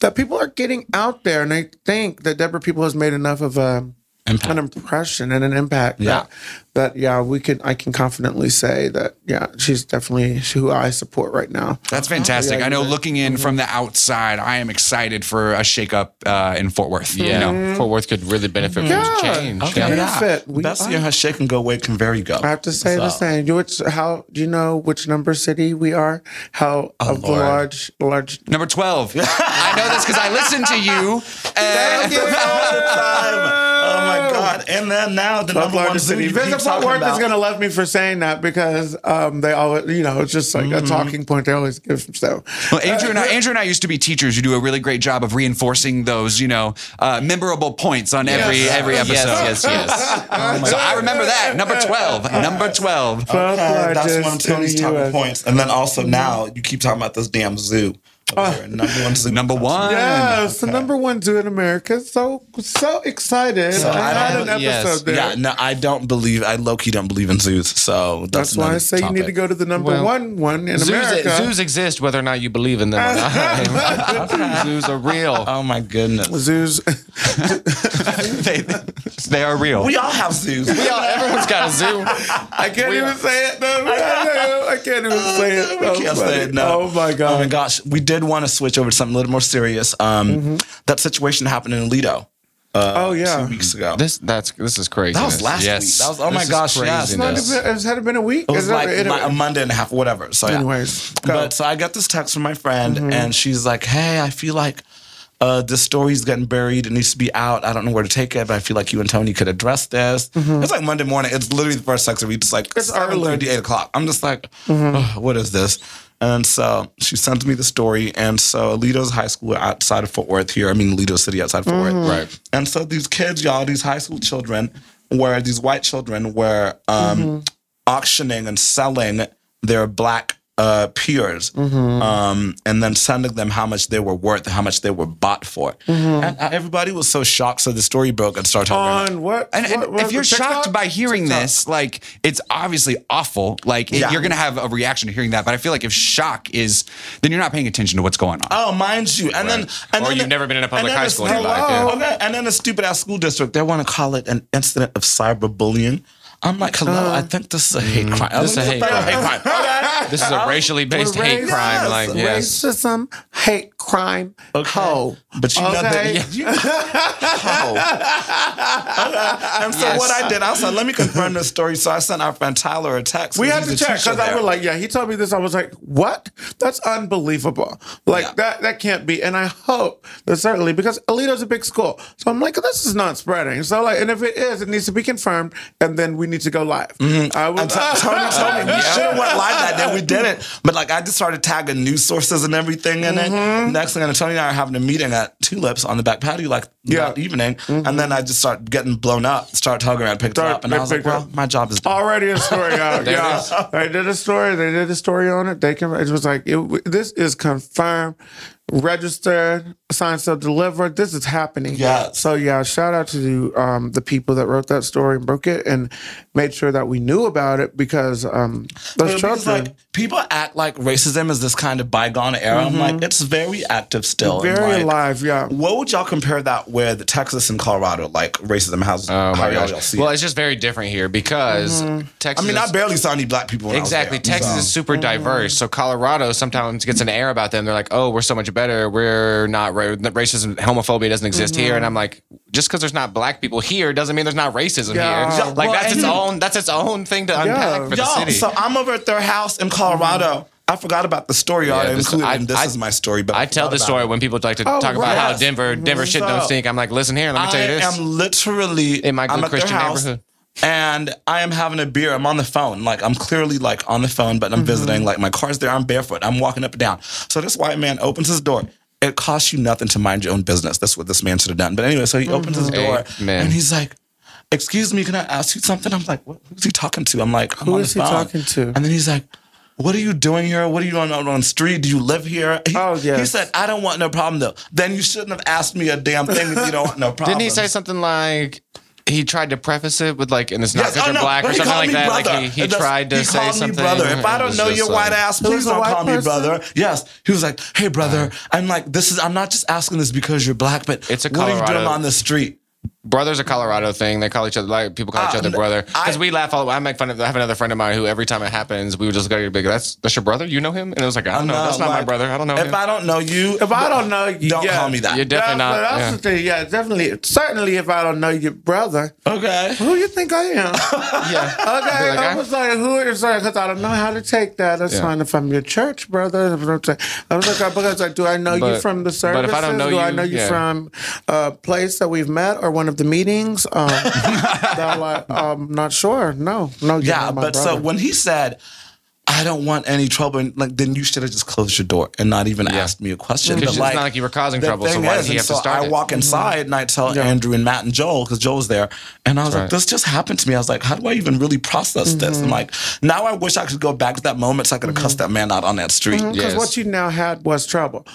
A: that people are getting out there and they think that Deborah People has made enough of a an impression and an impact that, that yeah we can I can confidently say that yeah she's definitely who I support right now.
C: That's fantastic. I know looking in from the outside, I am excited for a shakeup uh, in Fort Worth.
D: Yeah,
C: You know?
D: Fort Worth could really benefit
A: Yeah.
D: from some change.
A: Okay.
D: Yeah.
A: Benefit. We
B: Best
A: are-
B: year has shake and go where can very go.
A: I have to say the
B: So-
A: same. Do you, which, how do you know which number city we are? How of the
B: Lord.
A: large large.
C: Number 12. I know this because I listened to you. uh,
A: Thank *laughs* you.
B: *laughs* Oh my God! And then now the number one
A: largest
B: zoo
A: city.
B: you keep
A: Visit Fort
B: talking
A: Worth is
B: about.
A: going to love me for saying that because um, they always, you know, it's just like
B: Mm-hmm.
A: a talking point they always give. So,
C: Well, Andrew and I, Andrew and I used to be teachers. You do a really great job of reinforcing those, you know, uh, memorable points on every every episode.
D: Yes, yes, yes.
C: So *laughs* I remember that number twelve. Number twelve.
A: Both
B: Okay, that's
A: largest
B: one of
A: in
B: Tony's
A: the
B: talking
A: US.
B: points. And then also
A: Mm-hmm.
B: now you keep talking about this damn zoo.
A: Ah.
B: over there, number one zoo.
C: Number one.
A: Yeah, it's the number one zoo in America. So so excited!
B: So
A: I
B: I
A: had an
B: don't-
A: episode
D: yes.
A: there.
B: Yeah, no, I don't believe. I low key don't believe in zoos. So that's,
A: That's why I
B: another
A: say you need to
B: topic.
A: go to the number
D: Well,
A: one one in
D: Zoos, e-,
A: America.
D: zoos exist whether or not you believe in them or
B: *laughs*
D: not. zoos are real.
B: Oh my goodness.
A: zoos. *laughs*
C: They, they are real.
B: We all
A: *laughs*
B: have zoos. *laughs* We all,
D: Everyone's got a zoo.
A: I can't
D: We-
A: even say it. No, no, no, *laughs* I can't even say it.
B: we
A: No,
B: can't
A: buddy.
B: say it now.
A: Oh my god!
B: Oh my gosh. We did want to switch over to something a little more serious. Um,
A: Mm-hmm.
B: That situation that happened in Alito. Uh,
A: Oh, yeah.
B: two weeks ago.
D: This that's this is crazy.
B: that was last week. That was oh my gosh. Yes,
A: It's not even- it's had it been a week.
B: it was
A: It's not-
B: like
A: it-
B: my- a Monday and a half, whatever. So yeah.
A: Anyways, go. Mm-hmm.
B: But so I got this text from my friend, and she's like, "Hey, I feel like uh, this story's getting buried. It needs to be out. I don't know where to take it, but I feel like you and Tony could address this." It's like Monday morning. It's literally the first text. We just like
A: Mm-hmm. It's
B: it's
A: early.
B: 30, 8 o'clock. I'm just like, "Ugh, "What is this?" And so she sends me the story. And so Alito's high school outside of Fort Worth here. I mean, Alito City outside of Fort Worth.
D: Right.
B: And so these kids, y'all, these high school children, were these white children were um, auctioning and selling their black uh, peers, um, and then sending them how much they were worth, how much they were bought for. And uh, everybody was so shocked. So the story broke and started talking.
A: on what?
C: And, and
A: what- what-
C: if you're
A: TikTok?
C: shocked by hearing this, like it's obviously awful. Like it-
B: Yeah.
C: you're gonna have a reaction to hearing that. But I feel like if shock is, then you're not paying attention to what's going
A: Uh,
C: on.
B: Oh, mind you, and then and
D: Or
B: then
D: you've never been in a public
B: and then
D: high
B: the
D: school in your
B: stu-
D: life,
A: yeah.
B: Okay, and then the stupid ass school district they want to call it an incident of cyberbullying. I'm like, hello,
A: Uh.
B: I think this is a hate crime. I
D: Mm. this is a
B: think
D: hate
B: federal
D: crime.
B: crime.
D: *laughs*
B: Okay.
D: This is a racially based hate
A: Race-
D: crime.
B: yes,
D: Like yes.
A: Racism, hate crime, ho.
B: But you know that.
A: Okay.
B: you-
D: *laughs*
B: Oh. and so what I did, I was like, let me confirm this story. So I sent our friend Tyler a text.
A: We
B: who's
A: had to
B: the
A: check
B: teacher
A: because I
B: there.
A: was like, yeah, he told me this. I was like, what? That's unbelievable. Like
B: Yeah.
A: that that can't be. And I hope that certainly because Alito's a big school. So I'm like, this is not spreading. So like, and if it is, it needs to be confirmed, and then we need to go live. I was
B: Mm-hmm.
A: *laughs*
B: And T- Tony told me we should have went live that day. We didn't. But like I just started tagging news sources and everything in
A: Mm-hmm.
B: it. Next thing I know, Tony and I are having a meeting at Tulips on the back patio like
A: Yeah. Mm-hmm.
B: that evening. And then I just start getting blown up, start talking around, picked it
A: Start-
B: up. And I was like,
A: picked up.
B: well, my job is done.
A: already a story
B: *laughs*
A: out. yeah, they did a story. They did a story on it. They can. It was like it, w- this is confirmed. registered, signed, stuff delivered. This is happening.
B: Yes.
A: So yeah, shout out to um, the people that wrote that story and broke it and made sure that we knew about it because um,
B: But
A: those
B: it means,
A: children.
B: like people act like racism is this kind of bygone era. I'm like, it's very active still. and,
A: Mm-hmm. very
B: like,
A: alive, yeah.
B: What would y'all compare that with Texas and Colorado? Like racism, how's
D: Oh
B: how
D: my
B: y'all
D: gosh.
B: y'all see?
D: Well,
B: it?
D: it's just very different here because
B: I
D: Texas.
B: mean, I
D: is-
B: barely saw any black people. When
D: Exactly.
B: I was there, Mm-hmm.
D: Texas
B: so.
D: is super diverse. So Colorado sometimes gets an air about them. They're like, "Oh, we're so much better. We're not ra- racism, homophobia doesn't exist here." And I'm like, just because there's not black people here doesn't mean there's not racism
A: Yeah.
D: here.
A: Yeah,
D: Like
B: well,
D: that's its
B: and-
D: own that's its own thing to unpack for the
B: Y'all,
D: city.
B: So I'm over at their house in Colorado. I forgot about the story. y'all. I
D: this-
B: included,
D: I-
B: and this
D: I-
B: is my story. But
D: I tell
B: forgot
D: the
B: about
D: story
B: it.
D: when people like to
A: Oh,
D: talk about
A: right.
D: how Denver Denver shit don't
B: Mm-hmm. So-
D: stink. I'm like, listen here, let me tell you
B: I
D: this.
B: am literally
D: In my good
B: I'm at their
D: Christian
B: house,
D: neighborhood.
B: And I am having a beer. I'm on the phone. Like I'm clearly like on the phone, but I'm
D: Mm-hmm.
B: visiting. Like my car's there. I'm barefoot. I'm walking up and down. So this white man opens his door. It costs you nothing to mind your own business. That's what this man should have done. But anyway, so he opens his door
D: Mm-hmm. Amen.
B: and he's like, "Excuse me, can I ask you something?" I'm like, what, "Who's he talking to?" I'm like, I'm
A: Who
B: on
A: is he
B: the phone."
A: talking to?
B: And then he's like, "What are you doing here? What are you on on on the street? Do you live here?" He,
A: Oh,
B: He
A: yes.
B: said, "I don't want no problem though." Then you shouldn't have asked me a damn thing if you don't want no problem.
D: *laughs* Didn't he say something like he tried to preface it with like, and it's not
B: Yes,
D: because
B: oh,
D: you're
B: no,
D: black
B: but
D: or
B: he
D: something
B: called
D: like
B: me
D: that? Like
B: brother.
D: he, he
B: It does-
D: tried to
B: he
D: say
B: called me
D: something.
B: brother. If I
D: It
B: don't
D: was
B: know your
D: just
B: white
D: like-
B: ass,
A: was
B: please
A: a
B: don't
A: white
B: call me
A: person?
B: brother. Yes, he was like, "Hey brother," I'm like, "This is I'm not just asking this because you're black, but
D: Uh. It's a
B: what are you doing
D: Colorado-
B: on the street?"
D: brothers a Colorado thing. They call each other like people call each
B: Ah,
D: other
B: n-
D: brother because
B: I-
D: we laugh all. I make fun of. I have another friend of mine who every time it happens, we would just go to big. That's that's your brother. You know him? And it was like I don't know.
B: No,
D: That's not my
B: like,
D: brother. I don't know.
B: If
D: him.
B: I don't know you,
A: If I don't know you,
B: don't
A: yeah.
B: call me that.
D: You're definitely
A: Yeah, but
D: not.
A: That's
D: yeah.
A: the thing. Yeah, definitely. Certainly, if I don't know your brother,
B: okay.
A: who you think I am? okay,
D: *laughs* Yeah.
B: *laughs*
A: I
D: I-
A: was like, who is that? Because I don't know how to take that. That's
D: Yeah.
A: fine if I'm your church brother. I was like, because like, do I know you
D: But-
A: from the
D: but
A: services?
D: if I don't know
A: do I
D: you-
A: know you
D: yeah.
A: from a place that we've met or one of the meetings?
D: *laughs*
A: Um, they're like, I'm not sure. No, no. you're
B: Yeah,
A: not my
B: but so
A: brother.
B: when he said, "I don't want any trouble," and like then you should have just closed your door and not even asked me a question. But,
D: Because it's not like you were causing
B: the
D: trouble, so
B: thing
D: why did
B: is,
D: he
B: and
D: have to
B: so
D: start
B: I
D: it? Mm-hmm.
B: walk inside and I tell Andrew and Matt and Joel because Joel was there, and I was like,
D: right. Mm-hmm.
B: "This just happened to me." I was like, "How do I even really process this?" I'm like, now I wish I could go back to that moment so I could have cussed that man out on that street.
A: because
D: Yes.
A: what you now had was trouble.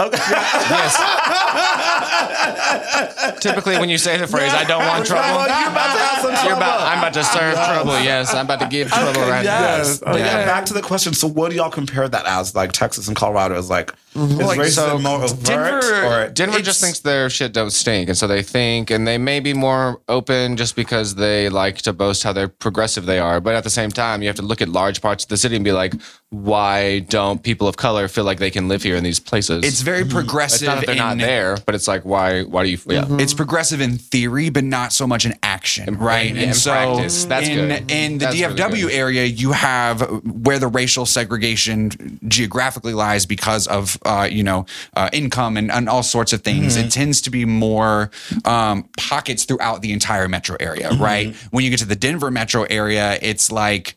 D: Typically, when you say the phrase, I don't
B: *laughs*
D: want trouble.
B: Well, you about to have some
D: *laughs* You're about.
B: trouble.
D: I'm
B: *laughs*
D: about to serve trouble. Yes, I'm about to give trouble
B: Okay,
D: right
B: yes.
D: now.
B: But yeah.
D: Yeah.
B: back to the question. So, what do y'all compare that as? Like Texas and Colorado is like is
D: Mm-hmm. Like,
B: racism
D: so
B: more overt
D: Denver,
B: or
D: Denver
B: It's-
D: just thinks their shit don't stink, and so they think, and they may be more open just because they like to boast how they're progressive they are. But at the same time, you have to look at large parts of the city and be like, why don't people of color feel like they can live here in these places?
C: It's very
A: mm-hmm.
D: it's
C: progressive.
D: not that they're not
C: in-
D: there, but it's like, why? Why do you? Yeah,
C: It's progressive in theory, but not so much in action, right?
D: yeah, in practice. That's
C: in,
D: good.
C: in the
D: That's really
C: DFW
D: good.
C: area, you have where the racial segregation geographically lies because of uh, you know uh, income and, and all sorts of things. It tends to be more um, pockets throughout the entire metro area, right? When you get to the Denver metro area, it's like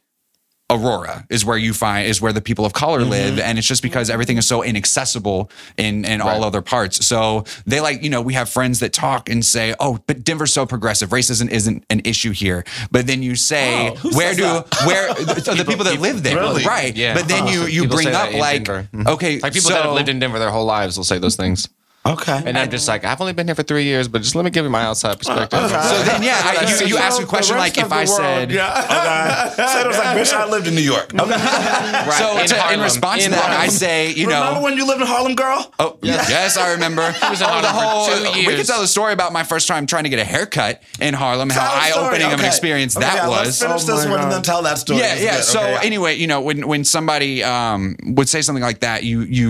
C: Aurora is where you find is where the people of color
D: Mm-hmm.
C: live, and it's just because everything is so inaccessible in in all other parts. So they like you know we have friends that talk and say, oh, but Denver's so progressive, racism isn't an issue here. But then you say,
B: Oh, who
C: where
B: says
C: do
B: that?
C: *laughs* where so the people that live there,
B: really?
C: right?
D: Yeah.
C: But then you you
D: People say
C: bring
D: that
C: up
D: in
C: like
D: Denver. Mm-hmm.
C: okay,
D: like people that have
C: so-
D: lived in Denver their whole lives will say those things.
B: okay.
D: *laughs* And I'm just like, I've only been here for three years, but just let me give you my outside perspective. *laughs*
C: So then yeah, I, you, you ask
A: So
C: a
A: the
C: question
A: rest
C: like if
A: of the
C: I
A: world,
C: said.
A: yeah.
B: so it was like, "Bitch, I lived in New York." *laughs*
D: Right,
C: So
D: in
C: to- in,
D: Harlem.
C: response
D: In
C: to that, I
D: Harlem.
C: say, you know,
B: Remember when you Uh-huh. lived in Harlem, girl?
C: Oh yes, I remember.
B: *laughs*
D: was in
C: Oh, the
D: Harlem for
C: whole-
D: two
C: We can
D: years.
C: tell the story about my first time trying to get a haircut in Harlem, how
B: Tell the
C: eye
B: story.
C: opening of an
B: Okay.
C: experience
B: Okay,
C: that
B: yeah,
C: was.
B: Let's
A: Oh
B: finish this
A: my
B: one and
A: God.
B: then tell that story.
C: Yeah,
B: It's
C: yeah.
B: good.
C: So
B: Okay.
C: anyway, you know, when when somebody um, would say something like that, you you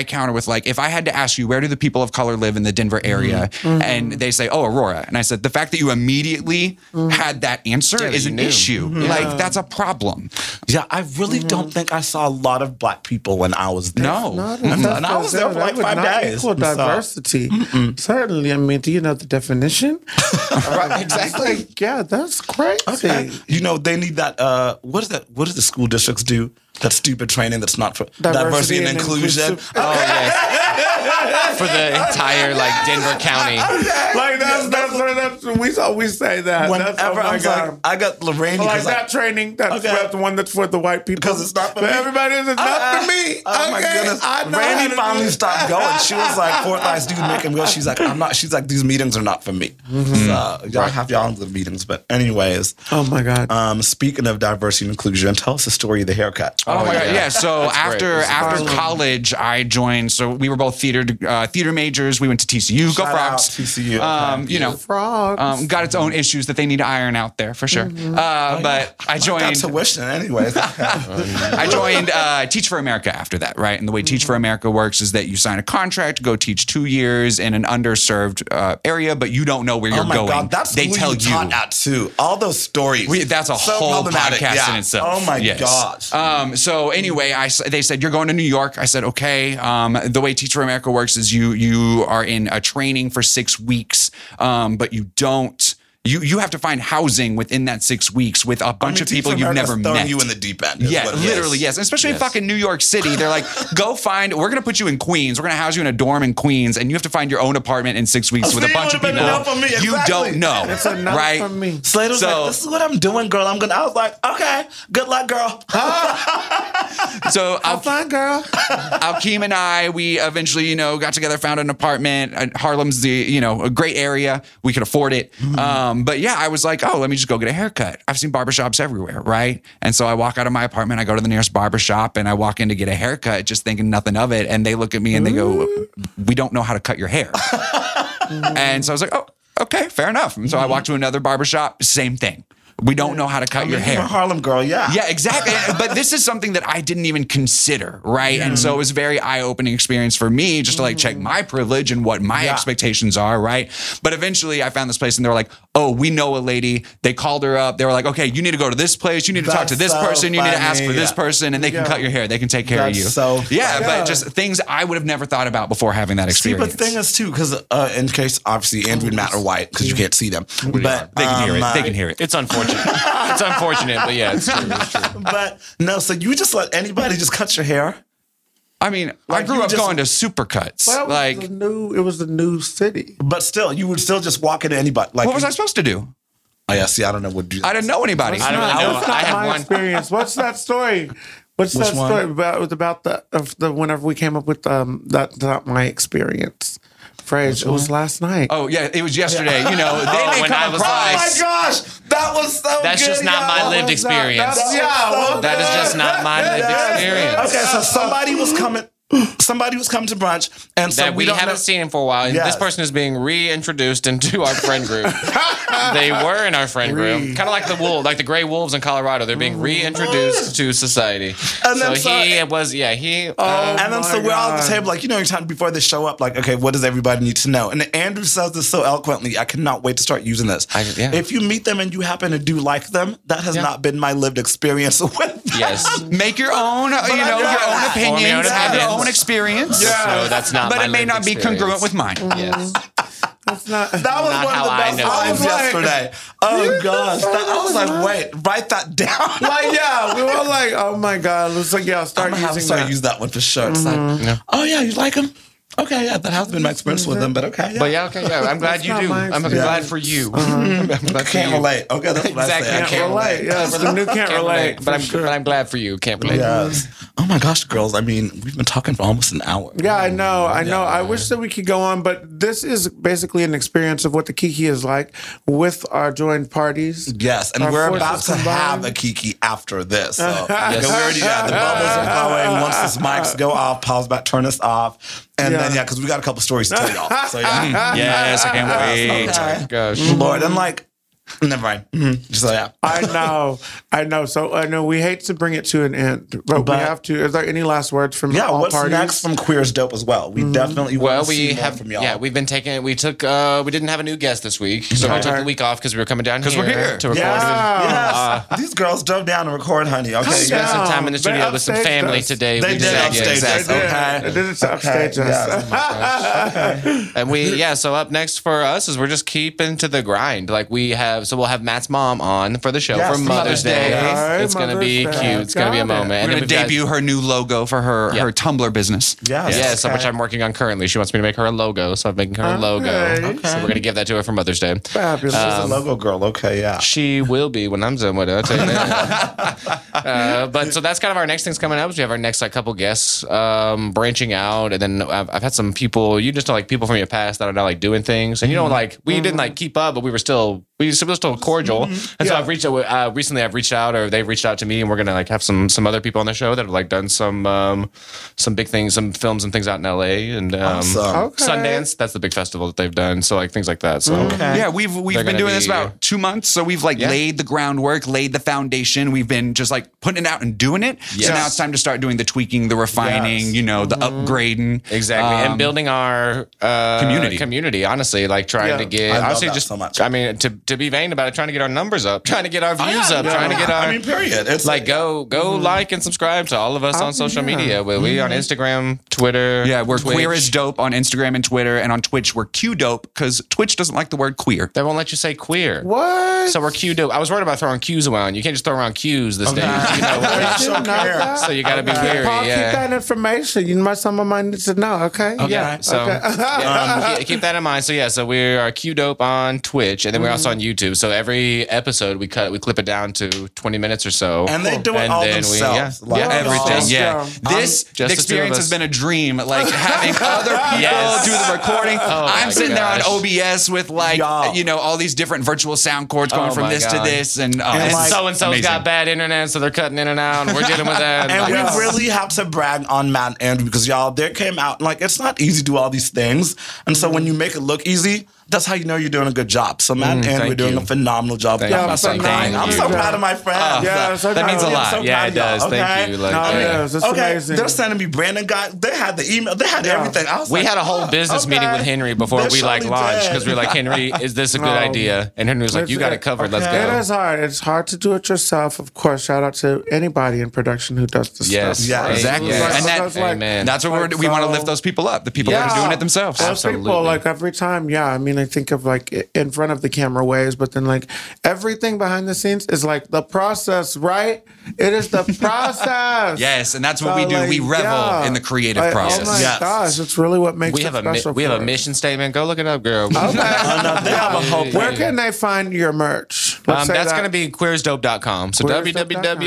C: I counter with like, if I had to ask you where do the people of color live in the Denver area,
B: Mm-hmm.
C: and they say, oh, Aurora, and I said, the fact that you immediately
B: Mm-hmm.
C: had that answer is
D: you
C: an
D: knew.
C: issue. Like that's a problem.
B: yeah, I really don't think I saw a lot of black people when I was there.
C: No.
A: Not
B: Mhm.
A: enough
B: And I was
A: though,
B: there for
A: that
B: like
A: would
B: five
A: not
B: days,
A: Equal
B: and so-
A: diversity. Certainly. I mean, do you know the
B: *laughs*
A: definition? *laughs*
B: exactly.
A: Like, yeah, that's crazy.
B: *laughs* You know, they need that. Uh, what is that? What does the school districts do? that stupid training that's not for diversity, and, inclusion. Uh,
A: inclusive-
D: Oh yes. For the entire like Denver County.
A: Like that's that's what that's we always say that.
B: Whenever
A: that's, oh my
B: I was
A: God.
B: like, I got Lorraine
A: But like
B: because
A: that
B: like,
A: training, that's
B: Okay.
A: that's the one that's for the white people.
B: 'Cause it's not for
A: But
B: me.
A: Everybody is it's
B: Uh-uh.
A: not for me.
B: Oh my
A: Okay,
B: goodness!
A: I know how to
B: Randy
A: do
B: finally
A: this.
B: stopped going. She was like, "Fourth eyes dude, make him go." She's like, "I'm not." She's like, "These meetings are not for me."
C: Mm-hmm.
B: So y'all have y'all own little meetings, but anyways.
A: Oh my God.
B: Um, speaking of diversity and inclusion, tell us the story of the haircut.
C: Oh, my god!
D: yeah.
C: Yeah. So after
D: This is
C: after college, I joined. So we were both theater uh, theater majors. We went to TCU. Go
B: Shout out
C: Frogs!
B: TCU.
C: Um, you know,
A: Frogs.
C: um, got its own issues that they need to iron out there for sure. Uh, but I
B: Oh, Got
C: joined.
B: tuition,
C: *laughs*
B: anyways.
C: I joined uh, Teach for America after that, right? And the way Teach for America works is that you sign a contract, go teach two years in an underserved uh, area, but you don't know where you're
B: oh my
C: going.
B: god, that's
C: they
B: who
C: tell
B: you taught at too. All those stories.
C: we, that's a
B: So
C: whole
B: problematic,
C: podcast
B: yeah.
C: in itself.
B: Oh my
C: Yes.
B: gosh.
C: Um, so anyway, I s- they said you're going to New York. I said okay. Um, the way Teach for America works is you you are in a training for six weeks, um, but you don't. You you have to find housing within that six weeks with a bunch of
B: Teach
C: people
B: for
C: you've
B: America's
C: never
B: throwing
C: met.
B: you in the deep end. is
C: Yeah,
B: what it is.
C: literally, yes. And especially in fucking New York City, they're
B: *laughs*
C: like, go find, we're going to put you in Queens. We're going to house you in a dorm in Queens, and you have to find your own apartment in six weeks
B: Oh,
C: with
B: so
C: a
B: you
C: bunch of
B: would've been
C: people
B: enough for me,
C: you
B: exactly.
C: don't know.
A: It's enough
C: right?
A: for me.
B: Slater was
C: So-
B: like, "This is what I'm doing, girl. I'm gonna." I was like, "Okay, good luck, girl."
C: So
A: I'm
C: Al-
A: fine, girl.
C: Alkeem and I, we eventually, you know, got together, found an apartment. Uh, Harlem's the, you know, a great area. We could afford it. Um, but yeah, I was like, oh, let me just go get a haircut. I've seen barbershops everywhere, right? And so I walk out of my apartment, I go to the nearest barbershop, and I walk in to get a haircut, just thinking nothing of it. And they look at me and they go, we don't know how to cut your hair. And so I was like, oh, okay, fair enough. And so I walked to another barbershop, same thing. We don't know how to cut your
B: You're
C: hair.
B: a Harlem girl, yeah.
C: Yeah,
B: *laughs*
C: exactly. but this is something that I didn't even consider, right? And so it was a very eye-opening experience for me just to like check my privilege and what my
B: Mm. Yeah.
C: expectations are, right? But eventually I found this place and they were like, "Oh, we know a lady." They called her up. They were like, "Okay, you need to go to this place. You need to talk to this
B: That's so
C: person. You need to ask for
B: funny.
C: this
B: Yeah.
C: person and they can
A: Yeah.
C: cut your hair. They can take care
B: That's
C: of you."
B: so
C: yeah,
B: funny.
C: but just things I would have never thought about before having that
B: See,
C: experience.
B: but the thing is too, because uh, in case obviously Andrew and Matt are white because you can't see them, but
C: they can hear
B: um,
C: it. They
B: uh,
C: can hear it.
D: It's unfortunate. it's unfortunate, but yeah, it's true. It's
B: *laughs*
D: true.
B: But no, so you just let anybody just cut your hair.
C: I mean, I
B: Like,
C: grew
B: you
C: up
B: just-
C: going to supercuts.
A: Well,
C: like
A: it was a new, it was a new city.
B: But still, you would still just walk into anybody. Like,
C: what was I supposed to do?
B: Oh yeah, see, I don't know what to do.
C: I didn't know anybody.
D: I don't really
A: That's
D: know.
A: not
D: I
A: my
D: had one.
A: experience. What's that story? What's
B: Which
A: that
B: one?
A: story about? It was about the of the whenever we came up with um that not my experience phrase. It was last night.
C: Oh yeah, it was yesterday. You
D: *laughs*
C: know, they may
D: when
C: come
D: I was
B: Oh
C: across.
B: my gosh, that was so.
D: That's
B: good,
D: just not my
B: y'all.
D: lived
A: That's not-
D: experience.
A: that's-
B: Yeah, well,
D: That is just not my lived experience.
B: Okay, so somebody was coming. Somebody was coming to brunch, and so
D: that we,
B: don't
D: haven't
B: know-
D: seen him for a while. And
B: Yes.
D: This person is being reintroduced into our friend group.
A: *laughs*
D: they were in our friend group, kind of like the wolf, like the gray wolves in Colorado. They're being reintroduced to society.
B: And
D: so
B: then
D: he
B: so-
D: was, yeah, he. uh,
B: and
A: Oh my
B: then so we're all at
A: God.
B: the table, like, you know, you're talking before they show up, like, okay, what does everybody need to know? And Andrew says this so eloquently. I cannot wait to start using this.
D: I just- yeah.
B: If you meet them and you happen to do like them, that has
D: Yeah.
B: not been my lived experience *laughs* with them.
D: yes.
C: Make your own, you know, your
B: that.
C: own
B: Form
D: your own
C: opinions, have your
D: opinions.
C: own experience.
D: So that's not.
C: But
D: my
C: it may
D: lived
C: not be congruent
D: experience.
C: with mine.
D: Yes.
A: That's not.
B: That was
D: Not
B: one of
D: how
B: the
D: I
B: best
D: know.
B: times
A: I was like-
B: yesterday. Oh gosh, that, I was like, wait, write that down.
A: *laughs* like yeah, we were all like, oh my god, let's like yeah,
B: *laughs* I'm
A: start
B: gonna have to
A: using
B: start
A: that. Mm-hmm.
B: use that one for sure. It's like, oh yeah, you like them? Okay, yeah, that has been my experience with
A: Mm-hmm.
B: them, but okay, yeah.
D: But yeah, okay, yeah. I'm glad you
A: not
D: do.
A: my
D: I'm
A: experience. Uh-huh.
D: glad for you. *laughs* I'm glad for
B: can't
D: you.
B: relate. Okay, that's what
D: Exactly.
B: I
A: can't
B: say.
D: Can't
A: relate.
D: relate.
A: Yeah, it's the new can't,
D: Can't
A: relate.
D: relate, but I'm
A: for sure.
D: but I'm glad for you. Can't relate.
B: Yes. Oh my gosh, girls. I mean, we've been talking for almost an hour.
A: Yeah, I know. I know. I wish that we could go on, but this is basically an experience of what the Kiki is like with our joined parties.
B: Yes, and
A: Our
B: we're
A: forces
B: about to have
A: combined.
B: a kiki after this. So
A: *laughs*
B: yes. we already got the bubbles are flowing. Once this mics go off, pause back, turn us off, and then
A: Yeah.
B: yeah, because we got a couple stories to tell
A: *laughs*
B: y'all. So yeah,
D: Mm-hmm.
C: Yes, I can't wait.
B: Okay.
D: Gosh.
B: Lord, I'm like, never mind. Mhm. So yeah,
A: I know. I know. So I know we hate to bring it to an end, but,
B: But-
A: we have to. Is there any last words from
B: yeah.
A: all
B: What's
A: parties? Mm-hmm.
B: next from Queer's Dope as well? We definitely
D: Well,
B: want to see
D: we
B: more
D: have
B: from y'all.
D: yeah, we've been taking we took uh we didn't have a new guest this week, so we took the week off because we were coming down here,
C: we're here.
D: to record.
A: Yeah.
B: Yes.
D: Uh,
B: These girls drove down to record, honey. Okay.
D: We spent some time in the
A: They
D: studio with some
A: upstaged
D: family
A: us.
D: today.
B: They
D: We
B: did
D: yeah,
B: upstage us.
D: exactly.
B: Okay.
A: It didn't upstage
B: Okay,
A: us.
B: yes.
D: And we yeah, so up next for us is we're just keeping to the grind. Like we have Uh, so we'll have Matt's mom on for the show
B: Yes,
D: for
C: Mother's
D: Mother's, Day.
C: Day.
A: All
D: It's
A: right,
D: gonna be
A: Mother's Day.
D: cute. It's gonna be a
A: Got it.
D: moment.
C: We're going
D: then
C: to
D: we've got-
C: debut her new logo for her,
D: Yeah.
C: her Tumblr business.
B: Yes.
D: Yeah, so
B: Okay.
D: which I'm working on currently. She wants me to make her a logo, so I'm making her a logo.
A: Okay.
D: So we're gonna give that to her for Mother's Day.
A: *laughs* Fabulous.
B: She's
D: Um,
B: a logo girl. Okay, yeah.
D: She will be when I'm done with her. I'll tell you that.
B: *laughs*
D: uh, but so that's kind of our next things coming up. is We have our next like couple guests um, branching out, and then I've, I've had some people. You just know like people from your past that are now like doing things, and you
B: Mm-hmm.
D: know like we didn't like keep up, but we were still we were still cordial.
B: Mm-hmm.
D: And so I've reached out uh, recently. I've reached out, or they've reached out to me, and we're gonna like have some some other people on the show that have like done some um, some big things, some films and things out in L.A. and um,
B: Awesome.
A: Okay.
D: Sundance. That's the big festival that they've done. So like things like that. So.
C: Yeah, we've we've been
D: They're gonna
C: doing this
D: be-
C: about two months, so we've like
D: Yeah.
C: laid the groundwork, laid the foundation. We've been just like putting it out and doing it.
D: Yes. Mm-hmm.
C: So now it's time to start doing the tweaking, the refining,
B: Yes.
C: you know, the upgrading.
D: Exactly,
C: Um,
D: and building our uh,
C: Community.
D: Community, honestly, like trying
A: Yeah.
D: to get.
B: I love
D: honestly,
B: that
D: just
B: so much.
D: I mean, to to be vain about it, trying to get our numbers up, trying to get our views up, trying to get our.
B: I mean, period. It's
D: like go go like and subscribe to all of us on social
A: yeah.
D: media. We, we on Instagram, Twitter.
C: Yeah, we're
D: Twitch.
C: queer as dope on Instagram and Twitter, and on Twitch we're Q dope because Twitch doesn't like the word queer.
D: They won't let you say queer.
A: what?
D: So we're Q dope. I was worried about throwing Qs around. You can't just throw around Qs this day. *laughs*
B: *laughs*
D: You know,
A: I didn't know
B: care.
A: that.
D: so you got to be wary.
A: Paul, keep
D: Yeah.
A: that information. You might some of mine need to know. Okay.
D: Yeah. So um, yeah, keep- keep that in mind. So yeah, so we are Q Dope on Twitch, and then we're also on YouTube. So every episode we cut, we clip it down to twenty minutes or so,
B: And they do it
D: And
B: all
D: then we-
B: themselves.
D: yeah.
B: Like,
C: Yeah, everything.
A: awesome.
C: Yeah,
A: Um,
C: this
D: just the two of
C: experience has
D: us.
C: been a dream. Like having other people
D: Yes.
C: do the recording.
D: Oh
C: I'm
D: my
C: sitting
D: gosh.
C: there on OBS with like
B: Y'all.
C: you know all these different virtual sound cords going
D: Oh
C: from
D: my
C: this
D: God.
C: to this, and, uh,
B: And
C: it's
B: like-
D: So and so's
C: amazing.
D: got bad internet, so they're cutting in and out. And we're dealing with that.
B: *laughs* And we
D: Like,
B: really have to brag on Matt and Andrew because y'all, there came out like it's not easy to do all these things. And
D: Mm.
B: so when you make it look easy, that's how you know you're doing a good job. So Matt and Andrew are
D: thank
B: doing
D: you.
B: a phenomenal job.
D: Thank
B: I'm
D: you,
B: not so
D: thank
B: proud.
D: you.
B: I'm so
D: Yeah.
B: proud of my friends.
A: Yeah, so
D: that means a
A: proud.
D: lot.
B: So
D: yeah,
B: proud
D: it does.
B: of y'all,
D: Thank
B: okay?
D: you. Like,
A: No, it
D: yeah.
A: is. It's
B: okay,
A: amazing.
B: they're sending me Brandon got they had the email, they had
A: Yeah.
B: everything. I was
D: We
B: like,
D: had a whole
B: "Oh,
D: business meeting
B: okay."
D: with Henry before
B: They
D: we like
B: surely
D: launched
B: did.
D: because we were like, Henry, is this a good
A: No.
D: idea? And Henry was like, you
A: It's-
D: got it covered. Let's
B: okay.
A: It
D: go.
A: is hard. It's hard to do it yourself. Of course, shout out to anybody in production who does this
D: Yes.
A: stuff.
B: Yeah,
A: Like,
C: exactly.
A: like,
C: And that-
A: those, like,
D: Amen.
C: That's what we're, we want to
A: so-
C: lift those people up, the people that are doing it themselves.
A: Those people,
D: Absolutely.
A: like every time, yeah. I mean, I think of like i- in front of the camera ways, but then like everything behind the scenes is like the process, right? It is the process.
C: Yes, and that's what
A: So,
C: we do. we
A: like,
C: revel
A: yeah.
C: in the creative
A: Like,
C: process.
A: Oh my
B: Yes.
A: gosh, it's really what makes
D: We
A: it
D: have a mi-
A: special.
D: we have
A: for
D: a
A: us.
D: mission statement. Go look it up, girl. *laughs*
B: Oh, no, they have a whole
A: Where can they find your merch? Let's
D: Um,
A: say
D: that's
A: that.
D: going to be queersdope.com. So
A: Queersdope.com. that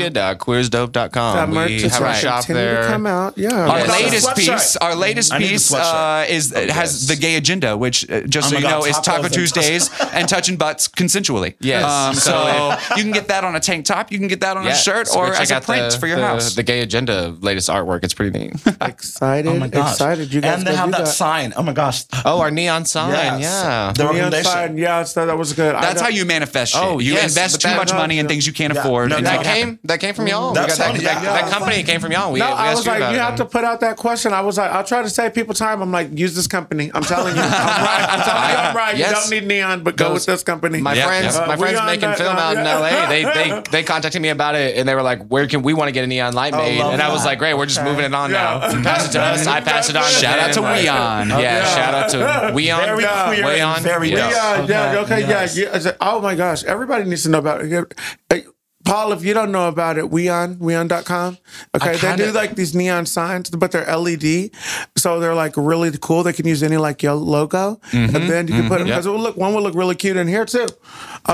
D: www.queersdope.com.
A: merch
D: We
A: is
D: have
A: gonna
D: a shop
A: continue to
D: there. Oh,
A: Come out, yeah.
C: Our
D: Yes.
C: latest
B: Sweatshirt.
C: piece, our latest
B: I need a
C: piece uh,
B: sweatshirt.
C: is has the gay agenda, which uh, just
B: Oh
C: so
B: my
C: you
B: God,
C: know is
B: tacos
C: Taco
B: and-
C: Tuesdays and touching butts consensually.
D: Yes.
C: Um,
D: So-
C: so you can get that on a tank top, you can get that on
D: Yeah.
C: a shirt,
D: So go
C: or
D: check
C: as a
D: out
C: print
D: the-
C: for your
D: the-
C: house.
D: The Gay Agenda latest artwork. It's pretty neat.
A: excited,
B: Oh my gosh.
A: excited. You guys
B: and they
A: go
B: have
A: do
B: that, sign. Oh my gosh.
D: oh, our neon sign.
B: Yes.
D: Yeah.
B: The
A: Neon
B: recommendation.
A: sign, yeah, so that was good. I
C: That's
A: don't-
C: how you manifest shit.
D: Oh,
C: you
D: yes,
C: invest
D: but
C: too
D: that-
C: much money in things you can't
B: Yeah.
C: afford.
B: No,
C: and
B: no,
C: that
D: That
B: Yeah.
C: happens.
D: came that came from y'all. We
B: That's
D: got that,
B: funny.
D: that,
B: Yeah.
D: that company came from y'all. We,
A: No,
D: we
A: I
D: asked
A: was
D: you
A: like,
D: about
A: you
D: it.
A: have to put out that question. I was like, I'll try to save people time. I'm like, use this company. I'm telling
D: *laughs*
A: you, I'm right. I'm telling you, I'm right.
D: Yes.
A: You don't need neon, but go with this company.
D: My
C: Yeah.
D: friends,
C: Yeah.
A: Uh,
D: my
A: we
D: friends
A: on
D: making
A: that
D: film
A: now,
D: out in
A: yeah.
D: LA.
B: *laughs*
D: They they they contacted me about it and they were like, "Where can we want to get a neon light made?"
B: Oh, love
D: and I was
B: that.
D: like, "Great, we're just moving it on
A: Yeah.
D: now. Pass
B: *laughs*
D: it to us. I pass it on.
C: Shout out to
D: Like,
C: Weon.
D: Yeah,
A: Yeah.
D: shout out to Weon.
B: Very queer and
D: Weon.
B: very
D: Yeah.
B: dope.
A: yeah, yeah, okay,
B: yes.
A: yeah. You, I said, oh my gosh, everybody needs to know about it. Hey, Paul, if you don't know about it, Weon, Weon.com. Okay, they do like these neon signs, but they're LED. So they're like really cool. They can use any like your logo.
B: Mm-hmm,
A: And then you can put it because it will look, one will look really cute in here too. Okay.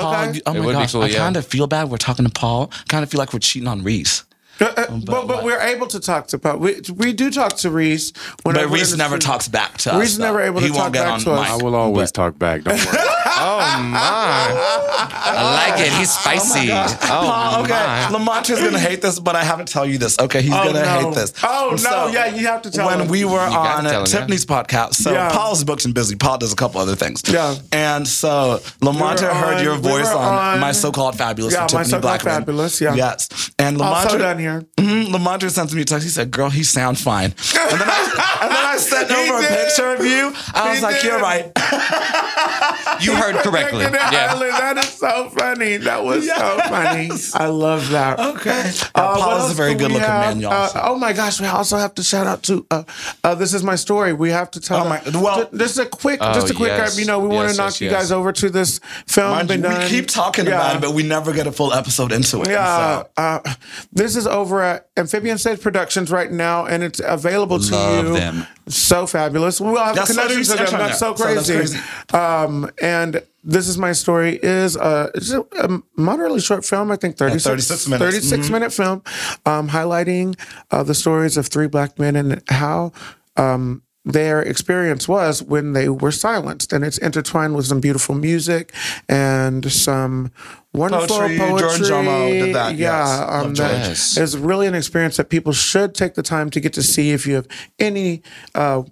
B: Paul, oh
D: It
B: my
D: would be
B: gosh,
D: cool,
B: I
D: yeah.
B: kind of feel bad. We're talking to Paul. I kind of feel like we're cheating on Reese.
A: Uh, uh, but but, we're able to talk to Paul. We, we do talk to Reese. when
B: But Reese never talks back to us.
A: Reese
B: though.
A: never able to
B: He won't
A: talk
B: get
A: back
B: on
A: to us.
E: I
B: mic.
E: will always talk back. Don't worry.
D: Oh,
C: I like it. He's spicy.
D: Oh,
B: Paul, Oh, okay.
D: my.
B: Lamont is gonna hate this, but I haven't tell you this. Okay, he's gonna
A: no.
B: hate this.
A: Oh, no. Yeah, you have to tell
B: When
A: him.
B: we were
D: gotta
B: on
D: tell him, yeah.
B: Tiffany's podcast, so
A: Yeah.
B: Paul's booked and busy. Paul does a couple other things.
A: Yeah.
B: And so Lamont
A: We were
B: heard
A: on-
B: your
A: we
B: voice
A: were
B: on,
A: on-
B: my so-called fabulous.
A: Yeah,
B: with
A: My
B: Tiffany
A: So-Called
B: Blackman.
A: Fabulous, yeah. Oh,
B: Yes. And Lamont
A: Also done here. *laughs*
B: Mm, Lamondre sent me a text. He said, "Girl, he sounds fine." *laughs* And then I, And then I sent over a
A: did.
B: picture of you. I was
A: He
B: like,
A: did.
B: you're right.
C: You heard correctly.
A: Look at that,
C: Yeah.
A: Ellen. That is so funny. That was
B: Yes.
A: so funny. I love that.
B: Okay.
A: Uh, what
B: Paul
A: else
B: is a very
A: do we
B: good looking
A: have?
B: man, y'all.
A: Uh,
B: so-
A: oh my gosh, we also have to shout out to uh, uh, this is my story. We have to tell.
B: Oh my-
A: them-
B: well- Oh,
A: Ju- just a quick, just a quick. uh,
D: yes.
A: You know, we want to
D: Yes,
A: knock
D: yes,
A: you
D: yes.
A: guys over to this film.
B: Mind you,
A: Been
B: we
A: done.
B: keep talking
A: Yeah.
B: about it, but we never get a full episode into it.
A: Yeah,
B: So,
A: uh, this is over at Amphibian Stage Productions right now, and it's available
C: Love
A: to you.
C: them.
A: So fabulous. We'll have
B: That's
A: connections to
B: such a
A: them.
B: good
A: That's so
B: intro there.
A: crazy.
B: So that's
A: Um, and this is my story. Is uh, it's a, a moderately short film. I think 36,
B: 36 minutes.
A: 36 minute film, um, highlighting uh, the stories of three black men and how. Um, their experience was when they were silenced, and it's intertwined with some beautiful music and some wonderful
B: Poetry,
A: poetry.
B: George Jomo did that,
A: Yeah,
B: yes.
A: um,
B: Love
A: that
D: George.
A: is really an experience that people should take the time to get to see. If you have any uh,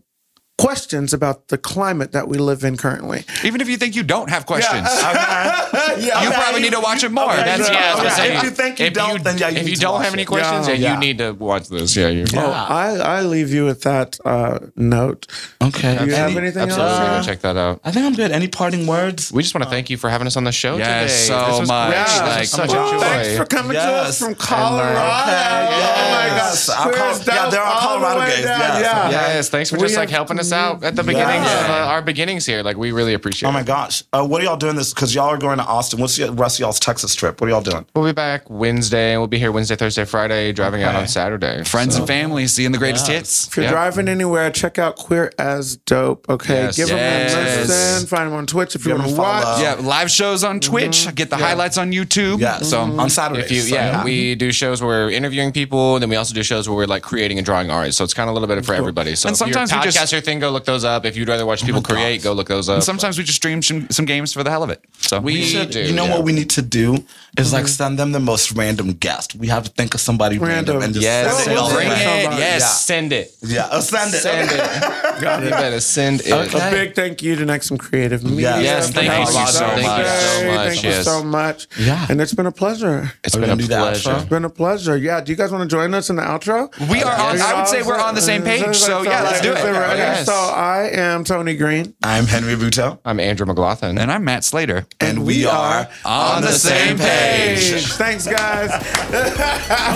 A: questions about the climate that we live in currently,
C: Even if you think you don't have questions,
B: *laughs* Yeah,
C: you
B: okay.
C: probably need to watch it more. That's
D: That's,
B: Yeah,
D: yeah, I was gonna
B: yeah.
D: say,
B: If you think you don't, then yeah, you
D: if
B: need
D: you
B: to
D: don't
B: watch
D: have any
B: it.
D: questions, yeah,
A: Yeah.
D: you need to watch this. Yeah, you.
A: oh, I I leave you with that uh, note.
B: Okay.
A: Do you have
B: Any-
A: anything
D: Absolutely,
A: else?
D: go check that out.
B: I think I'm good. Any parting words?
D: We just want to thank you for having us on the show
C: Yes,
D: today.
C: so
D: This was
C: much.
D: great.
C: Yeah.
D: This was
C: Like,
D: such
A: Wow, Thanks
D: a
A: for
D: joy. uh,
A: coming to us
B: Yes.
A: from Colorado.
B: yes.
A: Oh
B: Our
A: my gosh,
B: Col-
A: Chris,
B: yeah,
A: that
B: there are
A: was all the
B: Colorado
A: way
B: gays,
A: down.
B: yes.
A: Yeah.
D: Yes, thanks for
A: We
D: just like
A: have-
D: helping us out at the beginning
B: Yeah.
D: of uh, our beginnings here. Like we really appreciate.
B: Oh my
D: it.
B: gosh. Uh, what are y'all doing this? Because y'all are going to Austin. What's the rest of y'all's Texas trip? What are y'all doing?
D: We'll be back Wednesday. We'll be here Wednesday, Thursday, Friday. Driving out on Saturday.
C: friends and family seeing the greatest hits.
A: If you're
D: Yeah.
A: driving anywhere, check out Queer as Dope. Okay,
D: Yes.
A: give them
C: Yes.
A: a listen. Find them on Twitch if you
B: Give
A: want to
B: them a follow.
A: watch.
C: Yeah, live shows on Twitch.
D: Mm-hmm.
C: Get the highlights on YouTube.
B: Yeah. So
C: So
B: on Saturday.
D: If you, yeah, we do shows where we're interviewing people, then we also do shows where we're like creating and drawing artists. So it's kind of a little bit for everybody. So
C: And
D: and sometimes
C: sometimes
D: if
C: we
D: your
C: just-
D: podcaster thing, go look those up. If you'd rather watch people create, go look those up.
C: sometimes we just stream some, some games for the hell of it. So
D: we
B: You
D: should
B: should-
D: do.
B: you know
D: yeah.
B: what we need to do is like send them the most random guest. We have to think of somebody random,
A: Random.
B: and just
D: Yes,
B: send it
D: send
B: all
D: it.
B: the
C: bring it.
B: way.
C: Yes.
D: Send it.
B: Yeah, uh, send it.
D: Send it. you better send it.
A: A big thank you to Next Some Creative Media.
B: Yes,
A: for
B: thank you
A: having
B: so
A: us on
B: much. Thank you
A: today.
D: so much,
A: Thank you
D: yes.
A: so much.
B: Yeah.
A: And it's been a pleasure.
D: It's
B: Are we
D: been a
B: gonna do that
D: pleasure.
B: outro?
A: It's been a pleasure. Yeah. Do you guys want to join us in the outro?
C: we are on, I would say we're on the same page. So yeah, let's do it.
A: Okay,
D: Yes.
A: So I am Tony Green.
B: I'm Henry Buteau,
D: I'm Andrew McLaughlin.
C: And I'm Matt Slater.
B: and we are
C: On the same page.
A: Thanks, guys.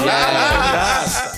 B: Yes.